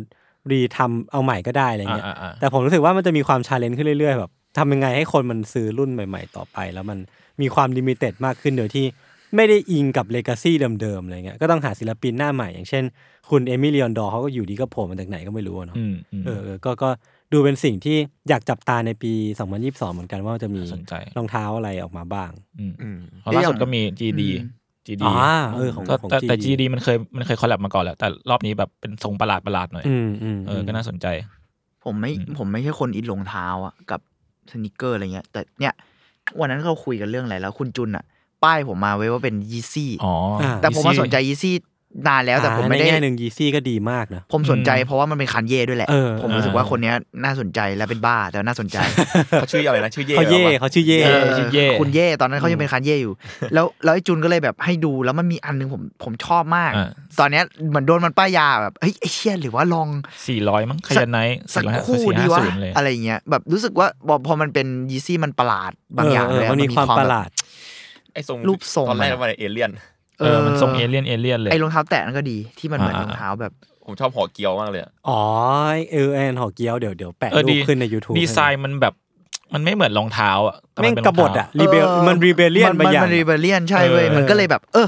รีทำเอาใหม่ก็ได้อะไรเงี้ย อ่าอ่าอ่า แต่ผมรู้สึกว่ามันจะมีความชาเลนจ์ขึ้นเรื่อยๆแบบทำยังไงให้คนมันซื้อรุ่นใหม่ ๆ ต่อไป แล้วมันมีความลิมิเต็ดมากขึ้นโดยที่ไม่ได้อิงกับเลกาซีเดิมๆอะไรเงี้ยก็ต้องหาศิลปินหน้าใหม่ อย่างเช่น คุณเอมิเลียนดอร์เขาก็อยู่ดีก็โผล่มาจากไหนก็ไม่รู้อะเนาะ อืมอืม เออเออก็ก็ดูเป็นสิ่งที่อยากจับตาในปี 2022 เหมือนกันว่ามันจะมี น่าสนใจ รองเท้าอะไรออกมาบ้าง อืม อืม เพราะล่าสุดก็มี GD อืม GD อ่าเออของ ก็ ของ แต่แต่ จี GD มันเคยมันเคยคอลแลบมาก่อนแหละแต่รอบนี้แบบเป็นทรงประหลาดประหลาดๆหน่อย อืมอืม เออก็น่าสนใจ ผมไม่ อืม ผมไม่ใช่คนอินรองเท้าอะกับสนิเกอร์อะไรเงี้ย แต่เนี่ย วันนั้นเราคุยกันเรื่องอะไรแล้วคุณจุนอะป้ายผมมาไว้ว่าเป็นยีซี่ อ๋อ อ่า แต่ผมมาสนใจยีซี่นานแล้วแต่ผมไม่ได้ อ่าในแง่หนึ่งยีซี่ก็ดีมากนะ ผมสนใจ อืม เพราะว่ามันเป็นคันเย่ด้วยแหละ เออ ผมรู้สึกว่า เออ คนเนี้ยน่าสนใจและเป็นบ้าแต่ว่าน่าสนใจ เขาชื่ออะไรนะ ชื่อเย่ เขาเย่ หรอวะ เขาชื่อเย่ เออ เออ เย่ คุณเย่ตอนนั้นเขายังเป็นคันเย่ *laughs* อยู่ แล้วแล้วไอ้จุนก็เลยแบบให้ดูแล้วมันมีอันหนึงผมผมชอบมาก อ่า ตอนเนี้ยเหมือนโดนมันป้ายยาแบบเฮ้ยไอ้เชี่ยหรือว่าลอง สี่ร้อยมั้งขยันไนท์ สัก 450 คู่ 450 ดีวะ เลย อะไรเงี้ยแบบรู้สึกว่าบอกพอมันเป็นยีซี่มันประหลาดบางอย่าง เอ เล อยมันมีความ แบบ ประหลาด ไอ้ทรง รูปทรง ตอนแรก มันอะ ว่าเอเลี่ยน เออมันทรงเอเลี่ยนเอเลี่ยนเลย ไอ้รองเท้าแตะนั่นก็ดีที่มันเหมือน อ่าร ร องเท้าแบบ ผมชอบหอเกียวมากเลยอะ อ๋อเออแอนหอเกียวเดี๋ยวเดี๋ยวแปะ เออ รู ดี ปขึ้นใน YouTube ดีไซน์มันแบบมันไม่เหมือนรองเท้าอ่ะต่นแม่ง เป็น ก รอง บ เท้า ฏอ่ะรีเบล เออ มันรีเบลเลียน มั บางอย่าง มันรีเบลเลียนใช่เว้ย เออ มันก็เลยแบบ เออ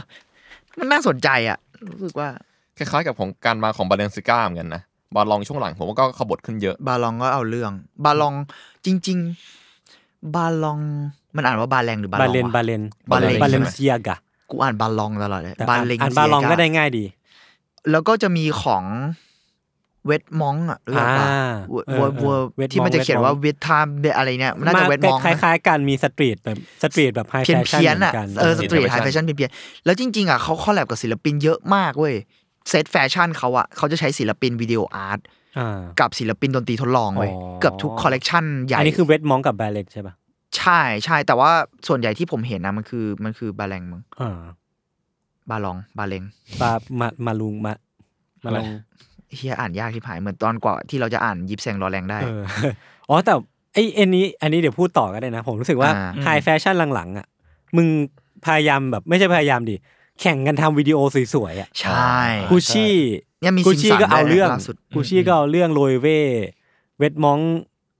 มันน่าสนใจอ่ะรู้สึกว่า คล้ายๆกับของการมาของบาเลนซิก้าเหมือนกันนะบอลลองช่วงหลังผมว่าก็ขบฏขึ้นเยอะ บาลองก็เอาเรื่อง บาลองจริง ๆ บาลองมันอ่านว่าบาแรงหรือบาล บา อง เลน วะ บาเลน บาเลน บาเลใช่นไหม เซียกะ กูอ่านบาลองตลอดเลย แต่ บา อ่าน เลง อ่านบาลองก็ได้ง่ายดี แล้วก็จะมีของเวทมองอ่ะรู้จักปะ อ่า เว เออ เว เอ เว อ Wet ที่มันจะเขียนว่าเวทไทามอะไรเนี่ยมันน่าจะเวทมอง คล้ายๆกันมีสตรีทแบบสตรีทแบบไฮ เพี้ย แฟ น ชั่น เพี้ยน เหมือ อ่ะ นกัน เออสตรีท Street ไฮแฟชั่นเพี้ยนๆแล้วจริงๆอ่ะเขาคอลแลบกับศิลปินเยอะมากเว้ยเซตแฟชั่นเขาอ่ะเขาจะใช้ศิลปินวิดีโออาร์ต อ่า กับศิลปินดนตรีทดลองเว้ย อ๋อ เกือบทุกคอลเลกชันใหญ่ อันนี้คือเวทมองกับบาเลนใช่ป่ะ ใช่ใช่แต่ว่าส่วนใหญ่ที่ผมเห็นนะมันคือมันคือบาแรงมึง อ่า บาลองบาเลง ปามามาลุงมามาลง เฮียอ่านยากที่ผายเหมือนตอนกว่าที่เราจะอ่านยิบแซงรอแรงได้ เอ *laughs* อ อ๋อแต่ไอ้อันนี้ อันนี้เดี๋ยวพูดต่อก็ได้นะ ผมรู้สึกว่า อ่า ไฮแฟชั่นหลังๆอ่ะมึงพยายามแบบไม่ใช่พยายามดิ แข่งกันทำวิดีโอสวยๆอ่ะ ใช่ กูชี่ เนี่ยมี กู ซิม ชี่ สัน ก็เอา ด้วยนะ เรื่อง ล่าสุด กูชี่ก็เอาเรื่องโรยเวเวทมอง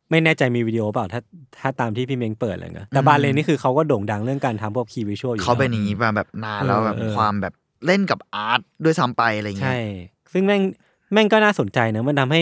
ไม่แน่ใจมีวิดีโอเปล่าถ้าถ้าตามที่พี่เมงเปิดเลยนะแต่ อืม บาเลนนี่คือเขาก็โด่งดังเรื่องการทำพวกคีวิชวลอยู่ เขา แล้ว เป็นอย่างนี้มาแบบนานแล้วแบบ เออเออ ความแบบเล่นกับอาร์ตด้วยซ้ำไปอะไรเงี้ ใช่ ย ซึ่งแม่งแม่งก็น่าสนใจนะมันทำให้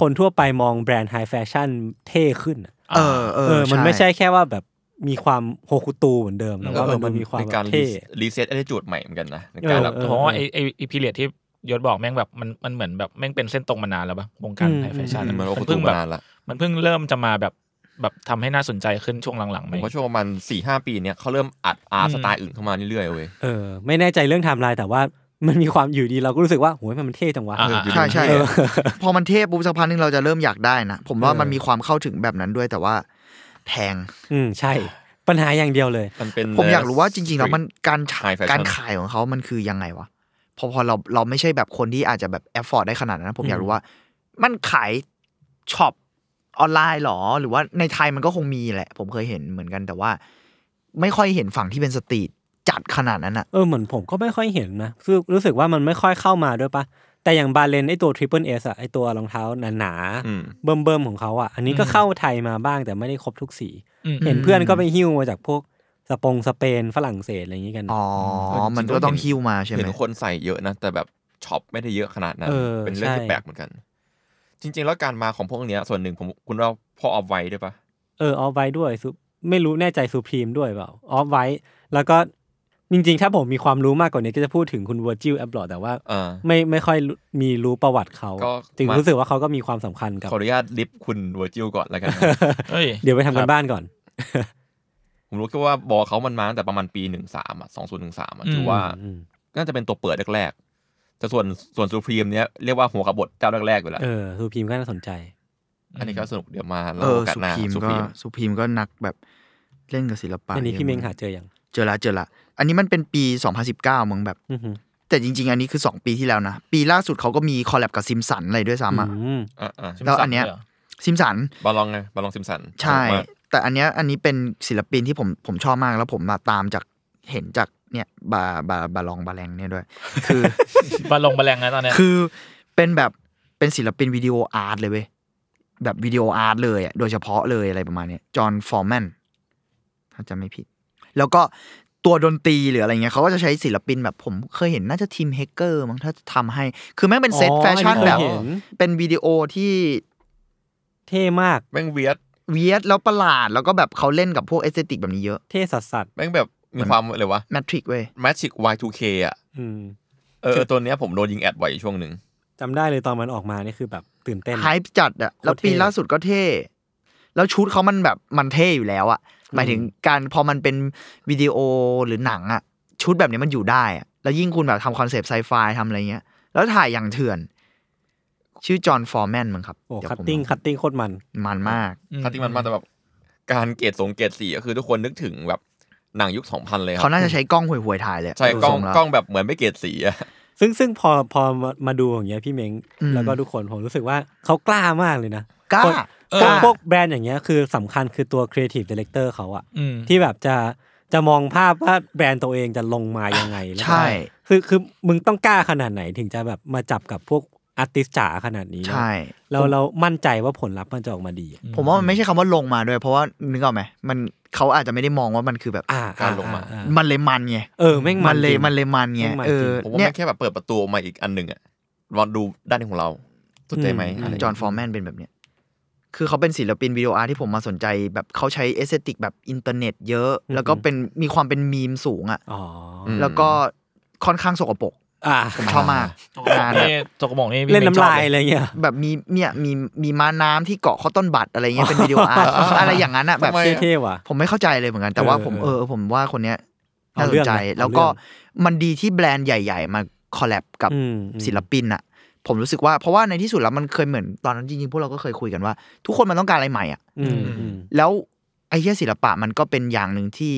คนทั่วไปมองแบรนด์ไฮแฟชั่นเท่ขึ้นอะ เออเออ เออ มันไม่ ใช่ ใช่แค่ว่าแบบมีความโฮคุตูเหมือนเดิมแต่ว่า เออ มันมีความ ใน แบ การ บเท่ รีเซ็ตอ t จูดใหม่เหมือนกันนะในการแบบ เออ เพราะว่าไอไอไอพีเรียดที่ยศบอกแม่งแบบมันมันเหมือนแบบแม่งเป็นเส้นตรงมานานแล้วปะวงการไทยแฟชั่นอะ มันโอ มั คุ น ตุ เพิ่งแบ มา บ นานละ มันเพิ่งเริ่มจะมาแบบแบบทำให้น่าสนใจขึ้นช่วงหลังๆไห ผม มว่าช่วงประมาณสี่ห้าปีเนี้ยเขาเริ่มอัดอาร์ อื ส ม ไตล์อื่นเข้ามาเรื่อยๆเว้ย เออ ไม่แน่ใจเรื่องไทม์ไลน์แต่ว่า *laughs* มันมีความอยู่ดีเราก็รู้สึกว่าโหยมันเท่จังวะ อ่า ใช่ใช่ เออ พอมันเทพปุ๊บสักพักหนึงเราจะเริ่มอยากได้นะ ผมว่า เออ มันมีความเข้าถึงแบบนั้นด้วยแต่ว่าแพง อืม ใช่ ปัญหาอย่างเดียวเลย มันเป็น ผมอยากรู้ว่าจริง ๆ แล้วมันการ High fashion การขายของเขามันคือยังไงวะ พอพอเราเราไม่ใช่แบบคนที่อาจจะแบบแอฟฟอร์ดได้ขนาดนั้น ผมอยากรู้ว่า มันขายช็อปออนไลน์หรอ หรือว่าในไทยมันก็คงมีแหละ ผมเคยเห็นเหมือนกันแต่ว่า ไม่ค่อยเห็นฝั่งที่เป็นสตรีทจัดขนาดนั้นอะ เออ เหมือนผมก็ไม่ค่อยเห็นนะคือรู้สึกว่ามันไม่ค่อยเข้ามาด้วยปะ แต่อย่างบาเลนไอตัวทริปเปิลเอสอะไอตัวรองเท้าหนา อืม ๆเบิ่มๆของเขาอะอันนี้ก็เข้าไทยมาบ้างแต่ไม่ได้ครบทุกสี อืม เห็นเพื่อนก็ไปหิ้วมาจากพวกสปงสเปนฝรั่งเศสอะไรอย่างงี้กัน อ๋อ จริๆ มันก็ต้อง เห็ คิวมาใช่ไหม เห็นคนใส่เยอะนะ แต่แบบช็อปไม่ได้เยอะขนาดนั้น เออน เรื่องที่ ใช่ แปลกเหมือนกัน จริง ๆ แล้วการมาของพวกเนี้ยส่วนหนึ่งผมคุณว่าพ่อออฟไว้ด้วยปะ เออออฟไว้ด้วย Sup- ไม่รู้แน่ใจซูพรีมด้วยเปล่าออฟไว้ แล้วก็จริงๆ ถ้าผมมีความรู้มากกว่านี้ก็จะพูดถึงคุณเวอร์จิลแอบลอแต่ว่า เออ ไม่ไม่ค่อยรู้มีรู้ประวัติเขา ก็ จึง มารู้ รู้สึกว่าเขาก็มีความสำคัญกับ ขออนุญาตลิฟต์คุณเวอร์จิลก่อนแล้วกันนะ เฮ้ย เดี๋ยวไปทำกันบ้านก่อน ผมรู้แค่ว่าบอเขามันมาตั้งแต่ประมาณปีหนึ่งสามอ่ะสองศูนย์หนึ่งสามถือว่า อืม น่าจะเป็นตัวเปิดแรกๆแต่ส่วนส่วนซูพรีมเนี้ยเรียกว่าหัวขบฏเจ้าแรกๆอยู่แล้ว เออซูพรีมก็น่าสนใจ อันนี้ก็สนุกเดี๋ยวมาเล่า เออ โอกาส สุ หน้า พีม ซูพ ก็ รีม สุพีมก็นักแบบเล่นกับศิลปะ อันนี้ ยะ พี่เมง าก หาเจออย่าง เจอละเจอละ อันนี้มันเป็นปี 2019มึงแบบ อื้อหือ แต่จริง ๆ อันนี้คือ 2 ปีที่แล้วนะ ปีล่าสุดเขาก็มีคอลแลบกับซิมสันอะไรด้วยซ้ำอะ อืม อ่ะอ่ะ แล้วอันเนี้ย ซิมสัน บอลลองไงบอลลองซิมสัน ใช่ มาก แต่อันเนี้ยอันนี้เป็นศิลปินที่ผมผมชอบมากแล้วผมมาตามจากเห็นจากเนี่ยบาบาบาลองบาแรงเนี่ยด้วย คือ บาลงบาแรงนะตอนเนี้ย คือเป็นแบบเป็นศิลปินวิดีโออาร์ตเลยเว้ยแบบวิดีโออาร์ตเลยอะโดยเฉพาะเลยอะไรประมาณเนี้ยจอห์นฟอร์แมนถ้าจะไม่ผิด แล้วก็ตัวดนตรีหรืออะไรเงี้ยเขาก็จะใช้ศิลปินแบบผมเคยเห็นน่าจะทีมเฮกเกอร์มั้งถ้าทำให้ คือแม่งเป็นเซต อ๋อ แฟชั่น อันนี้ แบบ เคยเห็น เป็นวิดีโอที่ เท่มาก แม่งเวียด เวียดแล้วประหลาด แล้วก็แบบเขาเล่นกับพวกเอสเตติกแบบนี้เยอะ เท่สัสสัส แม่งแบบมีความเลยวะ แมทริกเว้ย แมจิก Y2K อ่ะ ๆอืม เออตัวเนี้ยผมโดนยิงแอดบ่อยอยู่ช่วงหนึ่ง จำได้เลยตอนมันออกมานี่คือแบบตื่นเต้น ไฮป์จัดอะแล้ว โคตรเท่ ปีล่าสุดก็เท่ แล้วชุดเขามันแบบมันเท่อยู่แล้วอะหมายถึงการพอมันเป็นวิดีโอหรือหนังอะชุดแบบนี้มันอยู่ได้อะแล้วยิ่งคุณแบบทำคอนเซปต์ไซไฟทำอะไรเงี้ย แล้วถ่ายอย่างเถื่อน ชื่อจอห์นฟอร์แมนมั้งครับ โอ้ เดี๋ยว คัต ผม ติ้งคัตติ้งโคตรมัน มันมาก ถ้าที่มันมากแต่แบบการเกรดสงเกรดสีก็คือทุกคนนึกถึงแบบหนังยุค 2000 เลยค เขา รับ น่าจะใช้กล้องห่วยๆถ่ายเลย ใช่ ดู กล้ ท อง รแล้ว กล้องแบบเหมือนไม่เกรดสีอ่ะ ซึ่งซึ่งพอพอมาดูอย่างเงี้ยพี่เม้ง อืม แล้วก็ทุกคนผมรู้สึกว่าเขากล้ามากเลยนะ กล้า คน เออ พวกพวกแบรนด์อย่างเงี้ยคือสำคัญคือตัวครีเอทีฟดีเลกเตอร์เขาอะ อืม ที่แบบจะจะมองภาพว่าแบรนด์ตัวเองจะลงมายังไงแล้วก็ ใช่ คือคือมึงต้องกล้าขนาดไหนถึงจะแบบมาจับกับพวกอาร์ติสจ๋าขนาดนี้นะ ใช่ เราเรามั่นใจว่าผลลัพธ์มันจะออกมาดีอะ ผมว่ามันไม่ใช่คำว่าลงมาด้วย เพราะว่านึกออกไหมมันเขาอาจจะไม่ได้มองว่ามันคือแบบ อ่า การลงมา อ่ มันเลยมันไง เออแม่ง มันเลย จริง มันเลยมันไง แม่งมันจริง เออ ผมว่า เนี่ย แม่งแค่แบบเปิดประตูออกมาอีกอันหนึ่งอ่ะลองดูด้านของเราสนใจไหม อืม อะไรอย่าง จอ เงี้ย ห์นฟอร์แมนเป็นแบบเนี้ย คือเขาเป็นศิลปินวิดีโออาร์ที่ผมมาสนใจ แบบเขาใช้เอสเตติกแบบอินเทอร์เน็ตเยอะ อืม แล้วก็เป็นมีความเป็นมีมสูงอ่ะ อ๋อ อืม แล้วก็ค่อนข้างสกปรก อ่า ผมชอบมากงาน นี่จกกระบอกนี่พี่ เล่นน้ำลาย ไม่ชอบ อะไรเงี้ย แบบมีเนี่ยมีมีม้าน้ำที่เกาะข้อต้นบัตรอะไรเงี้ย *laughs* เป็นวิดีโออาร์ อ๋อ อะไรอย่างนั้นอ่ะแบบ ทำไม เท่ๆว่ะ ผมไม่เข้าใจเลยเหมือนกันแต่ว่าผม เอ เอ อ อผมว่าคนเนี้ยน่า เอา ส เรื่ น อง ใจ นะ แล้วก็ เอาเรื่ มันดีที่แบรนด์ใหญ่ ๆ มาคอลแลบกับ อืมอืม ศิลปินอ่ะ ผมรู้สึกว่าเพราะว่าในที่สุดแล้วมันเคยเหมือนตอนนั้นจริงๆพวกเราก็เคยคุยกันว่า ทุกคนมันต้องการอะไรใหม่อ่ะ อืมอืม แล้วไอ้เหี้ยศิลปะมันก็เป็นอย่างหนึ่งที่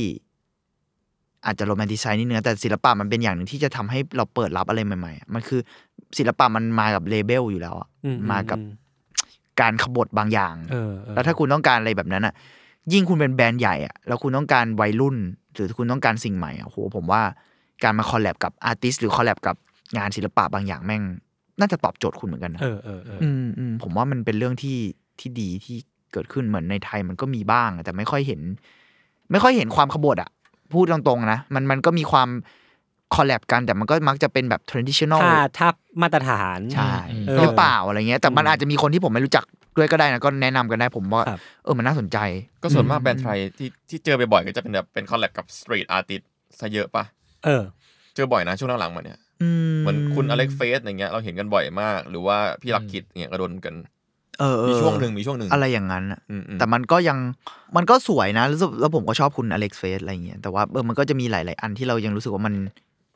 อาจจะโรแมนติไซน์นิดนึงนะแต่ศิลปะมันเป็นอย่างหนึ่งที่จะทำให้เราเปิดรับอะไรใหม่ๆอะมันคือศิลปะมันมากับเลเบลอยู่แล้วอะ อืม มากับ อืม การขบฏบางอย่าง เออเออ แล้วถ้าคุณต้องการอะไรแบบนั้นอ่ะ ยิ่งคุณเป็นแบรนด์ใหญ่อ่ะแล้วคุณต้องการวัยรุ่น หรือคุณต้องการสิ่งใหม่อ่ะโหผมว่าการมาคอลแลบกับอาร์ติสหรือคอลแลบกับงานศิลปะบางอย่างแม่ง น่าจะตอบโจทย์คุณเหมือนกันนะ เออเออเออ อืมอืมผมว่ามันเป็นเรื่องที่ที่ดีที่เกิดขึ้นเหมือนในไทยมันก็มีบ้าง แต่ไม่ค่อยเห็น ไม่ค่อยเห็นความขบฏอ่ะ พูดตรงๆนะมันมันก็มีความคอลแลบกันแต่มันก็มักจะเป็นแบบ traditional ถ้าถ้ามาตรฐาน ใช่ เออ หรือเปล่าอะไรเงี้ย แต่มันอาจจะมีคนที่ผมไม่รู้จักด้วยก็ได้นะก็แนะนำกันได้ผมว่า ครับ เออมันน่าสนใจ ก็ส่วนมากแบรนด์ไทยที่ที่เจอบ่อยๆก็จะเป็นแบบเป็นคอลแลบกับสตรีทอาร์ติสซะเยอะปะ เออ เจอบ่อยนะช่วงหลังๆมาเนี่ย อืม เหมือนคุณอเล็กเฟสอย่างเงี้ยเราเห็นกันบ่อยมาก หรือว่าพี่รักคิดเนี่ยก็โดนกัน เออเออ มีช่วงหนึ่งมีช่วงหนึ่ง อะไรอย่างนั้นอะ อืมอืม แต่มันก็ยังมันก็สวยนะรู้สึกแล้วผมก็ชอบคุณอเล็กเฟสอะไรเงี้ยแต่ว่าเออมันก็จะมีหลาย ๆ อันที่เรายังรู้สึกว่ามัน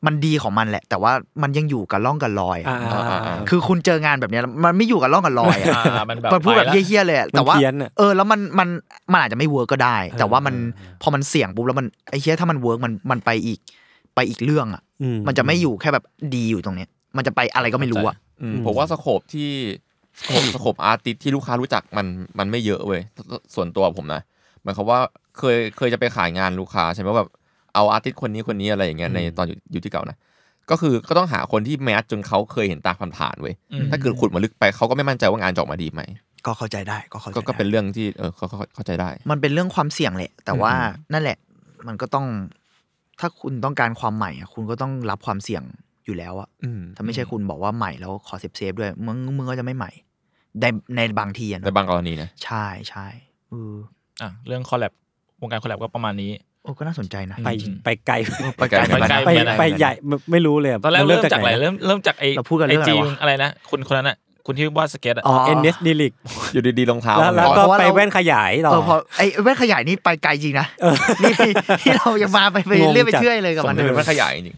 มันดีของมันแหละ แต่ว่ามันยังอยู่กับร่องกับรอยอะ อ่าอ่าอ่าอ่า คือคุณเจองานแบบเนี้ยมันไม่อยู่กับร่องกับรอยอะ อ่ามันแบบ มันพูดแบบ ไปละ เฮี้ยๆเลยอะแต่ว่า เพี้ยนอะ เออแล้วมันมันมันอาจจะไม่เวิร์กก็ได้ เออ แต่ว่ามัน เออ พอมันเสี่ยงปุ๊บแล้วมันไอ้เฮี้ยถ้ามันเวิร์กมันมันไปอีกไปอีกเรื่องอ่ะ อื มันจะไม่อยู่แค่แบบดีอยู่ตรงเนี้ย มันจะไปอะไรก็ไม่รู้อ่ะ อืมผมว่าสโคปที่สโคปสโคปอาร์ติสที่ลูกค้ารู้จักมันมันไม่เยอะเว้ยสส่วนตัวผมนะหมายความว่าเคยเคยจะไปขายงานลูกค้าใช่ไหมว่าแบบเอาอาร์ติสคนนี้คนนี้อะไรอย่างเงี้ยในตอนอยู่อยู่ที่เก่านะก็คือก็ต้องหาคนที่แมสจนเขาเคยเห็นตาผ่านๆเว้ย อืม ถ้าเกิดขุดมาลึกไปเขาก็ไม่มั่นใจว่างานจะออกมาดีไหม ก็เข้าใจได้ก็เข้าใจ ก็ก็เป็น ได้ เรื่องที่เออเขาเข้าใจได้ มันเป็นเรื่องความเสี่ยงแหละ แต่ว่านั่นแหละ มันก็ต้อง ถ้าคุณต้องการความใหม่อะคุณก็ต้องรับความเสี่ยงอยู่แล้วอะ อืม ถ้าไม่ใช่คุณบอกว่าใหม่แล้วขอเซฟเซฟๆด้วยมึงมึงก็จะไม่ใหม่ในในบางทีอะ ใน เนาะ บางกรณีนะ ใช่ใช่เออ อ่ะเรื่องคอลแลบวงการคอลแลบก็ประมาณนี้ โอ้ก็น่าสนใจนะ ไป อืม ไปไกล ไปไกลไปไกล ไป ไปไหน ไปใหญ่ไม่ไม่รู้เลยะ ตอนแรก มั เริ่มจากอะไร หน เริ่มเริ่มจากไอ เราพูดกันเรื่อง ไจี อะไรวะ อะไรนะคุณคนนั้นอ่ะคุณที่วาดสเก็ตอ่ะ อ๋อ เอ็นเนสดิลิก อยู่ดีๆรองเท้า แล้วแล้ว มัน ก็ ร้อน ไปแว่นขยายต่อ เออพอไอ้แว่นขยายนี่ไปไกลจริงนะนี่ที่เรายังมาไปไป งง เรื่อยไป จัด เชื่อยเลยกับ ส่ง มัน เดือนมันขยายจริง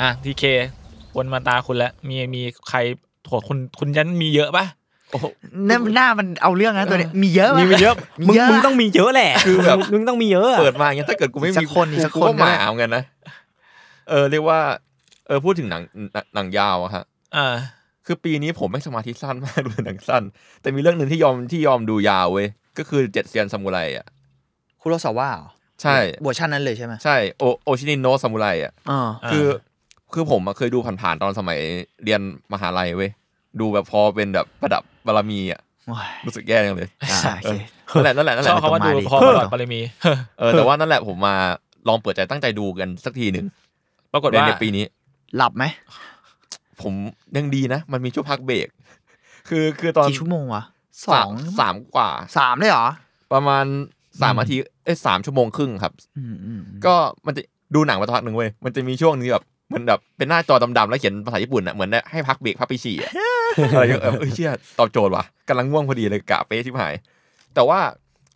อ่ะทีเค วนมาตาคุณแล้วมีมีใครโถคุณคุณยันมีเยอะปะ หน้าหน้ามันเอาเรื่องนะตัวเนี้ยมีเยอะ มีมีเยอะ มี มึง เยอะ มึงต้องมีเยอะแหละ คือแบบ มึงมึงต้องมีเยอะอะ เปิดมาอย่างเงี้ยถ้าเกิดกูไม่ สั มี กคนอีกสักคน ก็หก็มาได้ เหมือนกันนะเออเรียกว่า เออพูดถึงหนังหนังหนังยาวอะฮะ อ่า คือปีนี้ผมไม่งสมาธิสั้นมาก ดูหนังสั้น แต่มีเรื่องหนึ่งที่ยอมที่ยอมดูยาวเว้ยก็คือเจ็ดเซียนซามูไรอ่ะ คุโรซาวะเหรอ ใช่ เวอร์ชันนั้นเลยใช่ไหม ใช่โอโอชินินโนซามูไรอ่ะ อ่า า คือคือผมอะเคยดูผ่านๆตอนสมัยเรียนมหาลัยเว้ยดูแบบพอเป็นแบบประดับบารมีอ่ะรู้สึกแย่จังเลย อ่าโอเค เออนั่นแหละนั่นแหละชอบนั่นแหละ เขาว่าดู ตรงมาดิ พอประดับบารมี *laughs* เออ *laughs* แต่ว่านั่นแหละผมมาลองเปิดใจตั้งใจดูกันสักทีหนึ่ง ปรากฏ ใน ว่า ในปีนี้ หลับไหม ผมยังดีนะ มันมีช่วงพักเบรกคือคือตอน กี่ชั่วโมงวะส สา อ ม ง สามกว่า สามเลยเหรอ ประมาณสามนาทีเอ้ยสามชั่วโมงครึ่งครับ อืมอืมอืม ก็มันจะดูหนังมาสักพักหนึ่งเว้ยมันจะมีช่วงนี้แบบมันแบบเป็นหน้าจอดำๆแล้วเขียนภาษาญี่ปุ่นอ่ะเหมือนได้ให้พักเบรกพักไปฉี่อะ *laughs* อะไรอย่างเงี้ยเออเอ้ยเชี่ยตอบโจทย์ว่ะกำลังง่วงพอดีเลยกะเป๊ะชิบหาย แต่ว่า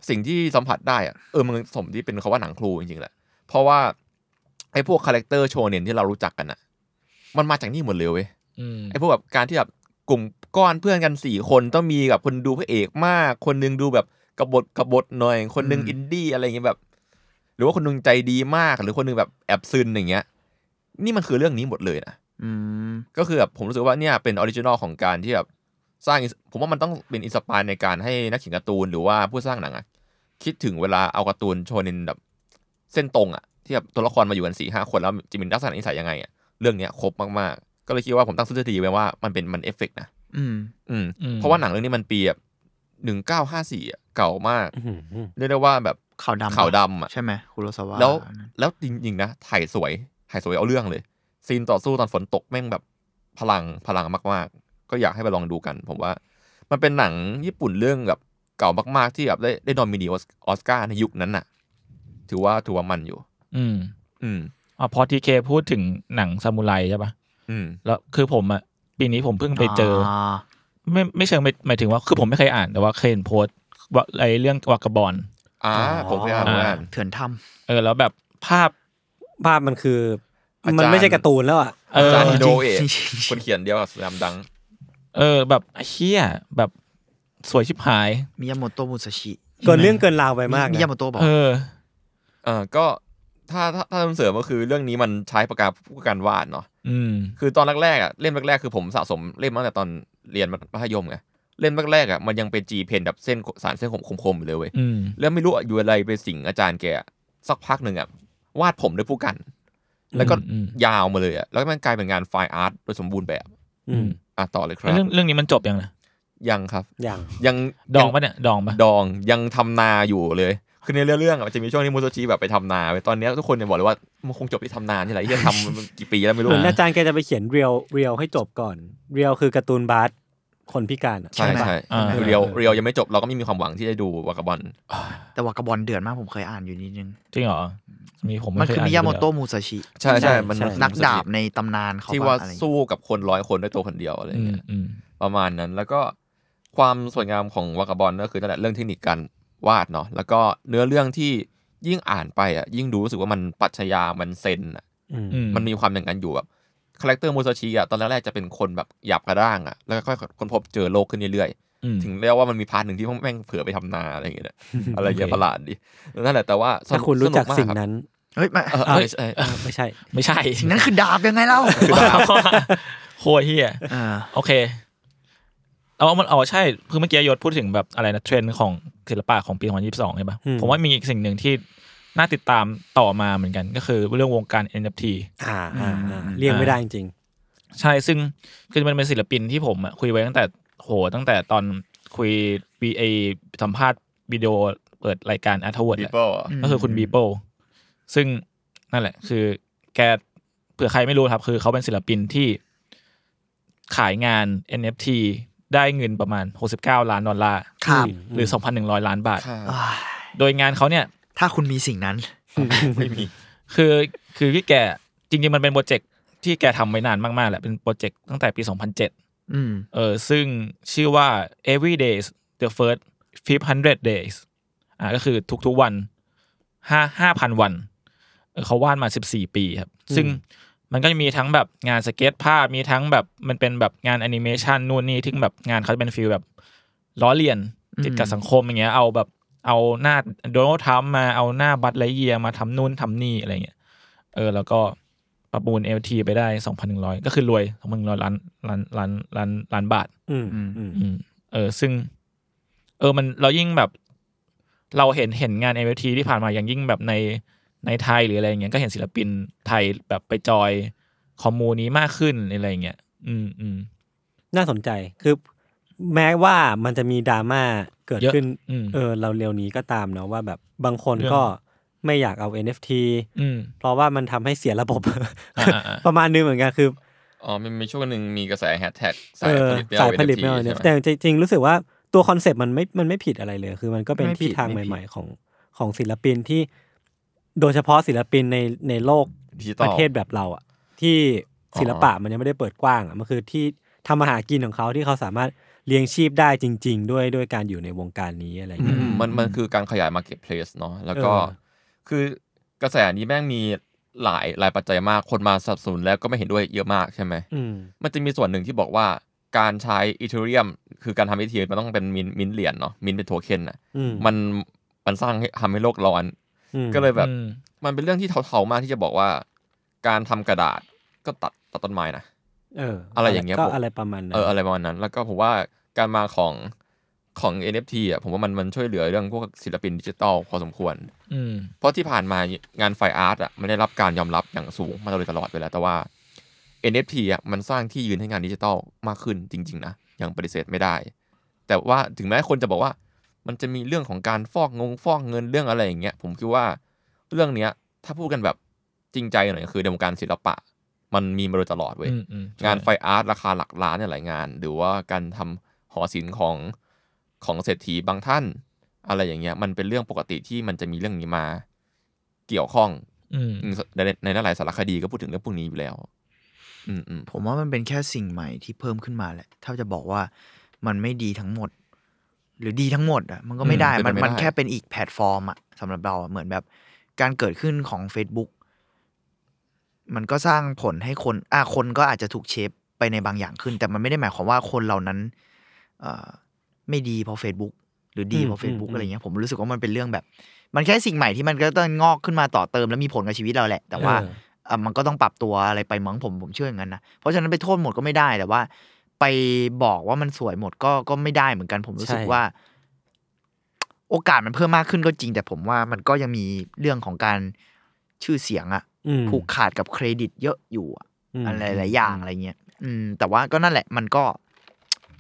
สิ่งที่สัมผัสได้อะเออมันสมที่เป็นคาว่าหนังครูจริงๆแหละ เพราะว่าไอ้พวกคาแรคเตอร์โชเนนที่เรารู้จักกันอ่ะ มันมาจากนี่หมดเลยเว้ย อืม ไอ้พวกแบบการที่แบบกลุ่มก้อนเพื่อนกันสี่คนต้องมีแบบคนดูพระเอกมาก คนหนึงดูแบบกบฏกบฏหน่อย คนหนึงอินดี้อะไรอย่างเงี้ยแบบ หรือว่าคนหนึงใจดีมาก หรือคนหนึงแบบแอบซึนอย่างเงี้ย นี่มันคือเรื่องนี้หมดเลยนะ อืม ก็คือแบบผมรู้สึกว่าเนี่ยเป็นออริจินอลของการที่แบบสร้าง ins- ผมว่ามันต้องเป็นอินสปายในการให้นักเขียนการ์ตูนหรือว่าผู้สร้างหนังอะคิดถึงเวลาเอาการ์ตูนโชว์ในนแบบเส้นตรงอะที่แบบตัวละครมาอยู่กันสี่ห้าคนแล้วจะมีลักษณะนิสัยยังไงอะเรื่องเนี้ยครบมากๆ ก็เลยคิดว่าผมตั้งสถิติไว้ว่ามันเป็นมันเอฟเฟกต์นะ อืม อืม อืม เพราะว่าหนังเรื่องนี้มันปีแบบหนึ่งเก้าห้าสี่ะเก่ามาก อื้อหือ เรียกได้ว่าแบบ ขาวดำ ขาวดำอ่ะ ใช่ไหมคุโรซาวะ แล้ว อันนั้น แล้วจริงๆนะถ่ายสวยถ่ายสวยเอาเรื่องเลย ซีนต่อสู้ตอนฝนตกแม่งแบบพลังพลังมากๆ ก็อยากให้ไปลองดูกัน ผมว่า มันเป็นหนังญี่ปุ่นเรื่องแบบเก่ามากๆที่แบบได้ได้นอมินีออสการ์ในยุคนั้นน่ะ ถือว่าถือว่ามันอยู่ อืม อืม อ๋อพอทีเคพูดถึงหนังซามูไรใช่ปะ อืม แล้วคือผมอ่ะปีนี้ผมเพิ่งไปเจออ า ไม่ไม่เชิงไม่หมายถึงว่าคือผมไม่เคยอ่านแต่ว่าเคยเห็นโพสต์ว่าไอเรื่องวากาบอล อ่าผมไปอ่านผมไปอ่าน เถื่อนท เออแล้วแบบภาพ ภาพมันคือ อาจารย์ มันไม่ใช่การ์ตูนแล้วอ่ะ ำ เออ อาจารย์ฮิโดเอะ จริงๆ คนเขียนเดียวกับสยามดัง เออแบบเฮียแบบสวยชิบหาย มิยาโมโตะมุสชิ เกินเรื่องเกินราวไปมาก มิ นะ ยาโมโตะบอก เออ เออก็ถ้าถ้าถ้าเสริมก็คือเรื่องนี้มันใช้ปากกาผู้การวาดเนาะ อืม คือตอนแรกๆอ่ะเล่มแรกๆคือผมสะสมเล่มมาตั้งแต่ตอนเรียนมัธยมไงเล่มแรกๆอ่ะมันยังเป็นจีเพนแบบเส้นสารเส้นคมๆอยู่เลยเว้ย อืม แล้วไม่รู้อะอยู่อะไรไปสิงอาจารย์แกอะสักพักหนึ่งอ่ะวาดผมด้วยผู้กัน แล้วก็ อืมอืม ยาวมาเลยอ่ะแล้วมันกลายเป็นงานไฟอาร์ตโดยสมบูรณ์แบบ อืม อ่ะต่อเลยครับ เรื่องเรื่องนี้มันจบยังนะ ยังครับ อย่าง ยัง ดอง ยั ปะเนี่ยดองปะ ดองยังทำนาอยู่เลย คือในเรื่องเรื่องอะมันจะมีช่วงที่มูโตจิแบบไปทำนาไปตอนเนี้ยทุกคนเนี่ยบอกเลยว่ามันคงจบที่ทำนานี่แหละที่จะทำมันกี่ปีแล้วไม่ เห รู้ มือนอาจารย์แกจะไปเขียนเรียวเรียวให้จบก่อน เรียวคือการ์ตูนบาสคนพิการอะ ใช่ ไหม ใช่ อ่า คือเรียวเรียวยังไม่จบเราก็ไม่มีความหวังที่จะดูวากาบอน แต่ว่ากระบอลเดือดมากผมเคยอ่านอยู่นิดนึง จริงเหรอมีผม มัน ไเย คือ อ่ มิยาโมโตะ อ มุสชิ ใช่ใช่มัน ใช่ มัน นักดาบในตำนานเขา ที่ บ้ ว่าง อะไรอย่างเงี้ย สู้กับคนร้อยคนด้วยตัวคนเดียวอะไร ยู่ เงี้ แล้ว ย อืมอืม ประมาณนั้นแล้วก็ความสวยงามของวากาบอนก็คือนั่นแหละเรื่องเทคนิคการวาดเนาะแล้วก็เนื้อเรื่องที่ยิ่งอ่านไปอ่ะยิ่งดูรู้สึกว่ามันปรัชญามันเซนอะ อืม อื มันมีความอย่างนั้นอยู่แบบคาแรคเตอร์มูซาชิอ่ะตอนแรกๆจะเป็นคนแบบหยาบกระด้างอ่ะแล้วก็ค่อยๆค้นพบเจอโลกขึ้นเรื่อย อืม ๆ ถึงเรียกว่ามันมีพาร์ทหนึ่งที่พวกแม่งเผื่อไปทำนาอะไรอย่างเงี้ยนะอะไรอย่างเงี้ยประหลาดดินั่นแหละแต่ว่าสนุ ถ้าคุณรู้จัก สมา สิ่ง คบ นั้น เฮ้ยมา เออเออใช่ *laughs* เออไม่ใช่ ไม่ใช่ *laughs* สิ่งนั้นคือ *laughs* ดาบยังไงเล่า โคตรเฮีย เออ โอเค เอามันเอาใช่คือเมื่อกี้ยศพูดถึงแบบอะไรนะเทรนด์ของศิลปะของปี 2022 ใช่ปะ อืม ผมว่ามีอีกสิ่งหนึ่งที่น่าติดตามต่อมาเหมือนกัน ก็คือเรื่องวงการ NFT อ่าอ่าอ่าเรียงไม่ได้จริง ใช่ซึ่งคือมันเป็นศิลปินที่ผมอะคุยไว้ตั้งแต่โหตั้งแต่ตอนคุยบีไอสัมภาษณ์วิดีโอเปิดรายการอัธวัฒน์ People อ่ะ ก็คือคุณบีโป้ซึ่งนั่นแหละ คือแกเผื่อใครไม่รู้ครับ คือเขาเป็นศิลปินที่ขายงาน NFT ได้เงินประมาณ 69 ล้านดอลลาร์ ครับ หรือ 2,100 ล้านบาท ค่ะ อ่า โดยงานเขาเนี่ย ถ้าคุณมีสิ่งนั้น ไม่มี คือคือที่แกจริงๆ มันเป็นโปรเจกต์ที่แกทำไว้นานมาก ๆ แหละ เป็นโปรเจกต์ตั้งแต่ปี 2007 อืม เออซึ่งชื่อว่า every days the first 500 days อ่าก็คือทุกๆวันห้าห้าพันวันเออเขาวาดมาสิบสี่ปีครับ ซึ่ง มันก็จะมีทั้งแบบงานสเก็ตภาพมีทั้งแบบมันเป็นแบบงานแอนิเมชันนู่นนี่ที่แบบงานเขาจะเป็นฟิลแบบล้อเลียน อืม ติดกับสังคมอย่างเงี้ย เอาแบบเอาหน้าโดนัลด์ทรัมป์มาเอาหน้าบัตไลเยียมาทำนู่นทำนี่อะไรเงี้ยเออแล้วก็ประมูล LT ไปได้ 2,100 ก็คือรวย2,100ล้านล้านล้านล้านล้านบาท อืม อืม อืม อืมเออซึ่ง เออมันเรายิ่งแบบ เราเห็นเห็นงาน MFT ที่ผ่านมาอย่างยิ่งแบบในในไทยหรืออะไรอย่างเงี้ยก็เห็นศิลปินไทยแบบไปจอยคอมมูนี้มากขึ้นอะไรอย่างเงี้ยอืมอืม น่าสนใจคือ แม้ว่ามันจะมีดราม่าเกิด เยอะ ขึ้น อืม เออเราเร็วนี้ก็ตามเนาะว่าแบบบางคน เรื่อง ก็ไม่อยากเอา NFT อืม เพราะว่ามันทำให้เสียระบบ อ่าอ่า ประมาณนึงเหมือนกันคือ อ๋อมันมีช่วงหนึ่งมีกระแสแฮชแท็กสา เอย อ ผลิตไม่ สา เอา ยผลิตไม่เอา NFT ใช่ เนี่ย ไหม แต่จริงๆรู้สึกว่าตัวคอนเซปต์มันไม่มันไม่ผิดอะไรเลย คือมันก็เป็น ไม่ผิด ที่ทาง ไม่ผิด ใหม่ ๆ ของของศิลปินที่ โดยเฉพาะศิลปินในในโลก Digital ประเทศแบบเราอะที่ศิลปะมันยังไม่ได้เปิดกว้างอะมันคือที่ทำมาหากินของเขาที่เขาสามารถเลี้ยงชีพได้จริง ๆ ด้วยด้วยการอยู่ในวงการนี้อะไรอย่าง อื เงี้ย มมันมันคือการขยาย Marketplace เนาะแล้วก็ เออ คือกระแสนี้แม่งมีหลายหลายปัจจัยมากคนมาสนับสนุนแล้วก็ไม่เห็นด้วยเยอะมากใช่ไหม อืม มันจะมีส่วนหนึ่งที่บอกว่าการใช้อีเทเรียมคือการทำอีเทเรียมมันต้องเป็นมินมินเหรียญเนาะมินเป็นโทเค็นน่ะ อืม มันมันสร้างให้ทำให้โลกร้อน อืม ก็เลยแบบ อืม มันเป็นเรื่องที่เทาๆมากที่จะบอกว่า การทำกระดาษก็ตัดตัดต้นไม้นะ เอออะไร อย่างเงี้ย ก็ ผม อะไรประมาณนั้น เอออะไรประมาณนั้น แล้วก็ผมว่าการมาของของ NFT อ่ะผมว่ามันมันช่วยเหลือเรื่องพวกศิลปินดิจิตอลพอสมควร อืม เพราะที่ผ่านมางานไฟอาร์ตอ่ะมันได้รับการยอมรับอย่างสูงมาโดยตลอดไปแล้วแต่ว่า NFT อ่ะมันสร้างที่ยืนให้งานดิจิทัลมากขึ้นจริง ๆ นะยังปฏิเสธไม่ได้ แต่ว่าถึงแม้คนจะบอกว่า มันจะมีเรื่องของการฟอกงงฟอกเงินเรื่องอะไรอย่างเงี้ยผมคิดว่าเรื่องเนี้ย ถ้าพูดกันแบบจริงใจหน่อยก็คือในวงการศิลปะ มันมีมาโดยตลอดเว้ย อืมอืมใช่ งานไฟอาร์ตราคาหลักล้านเนี่ยหลายงาน หรือว่าการทำหอศิลป์ของของเศรษฐีบางท่าน อะไรอย่างเงี้ยมันเป็นเรื่องปกติที่มันจะมีเรื่องนี้มาเกี่ยวข้อง อืม อืมในในหลายสารคดีก็พูดถึงเรื่องพวกนี้อยู่แล้ว อืมอืม ผมว่ามันเป็นแค่สิ่งใหม่ที่เพิ่มขึ้นมาแหละ ถ้าจะบอกว่ามันไม่ดีทั้งหมด หรือดีทั้งหมดอ่ะมันก็ไม่ได้ มันมันแค่เป็นอีกแพลตฟอร์มอ่ะสำหรับเราอะเหมือนแบบการเกิดขึ้นของ Facebook มันก็สร้างผลให้คนอ่ะคนก็อาจจะถูกเชฟไปในบางอย่างขึ้น แต่มันไม่ได้หมายความว่าคนเหล่านั้นเอ่อไม่ดีเพราะ Facebook หรือดีเพราะ Facebook อะไรเงี้ยผมรู้สึกว่ามันเป็นเรื่องแบบ มันแค่สิ่งใหม่ที่มันก็ต้องงอกขึ้นมาต่อเติม แล้วมีผลกับชีวิตเราแหละ แต่ว่า เออ อ่ะมันก็ต้องปรับตัวอะไรไปมั้งผมผมเชื่ออย่างนั้นนะเพราะฉะนั้นไปโทษหมดก็ไม่ได้แต่ว่า ไปบอกว่ามันสวยหมดก็ก็ไม่ได้เหมือนกัน ผมรู้สึก ใช่ ว่า โอกาสมันเพิ่มมากขึ้นก็จริง แต่ผมว่ามันก็ยังมีเรื่องของการชื่อเสียงอะ อืม ผูกขาดกับเครดิตเยอะอยู่อะ ม อะไรหลายๆอย่างอะไรเงี้ยอืม แต่ว่าก็นั่นแหละ มันก็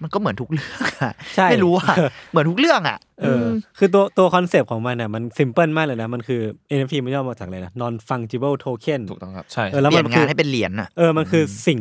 มันก็เหมือนทุกเรื่องอะ ใช่ ไม่รู้อะเหมือนทุกเรื่องอะ เอออ คือตัวตัวคอนเซปต์ของมันน่ะมันซิมเพิลมากเลยนะ มันคือ NFT มันย่อมาจากอะไรนะ non fungible token ถูกต้องครับ ใช่ เออแล้ว เปลี่ยมัน น คื งา อน ให้เป็นเหรียญอะ เออมันคือสิ่ง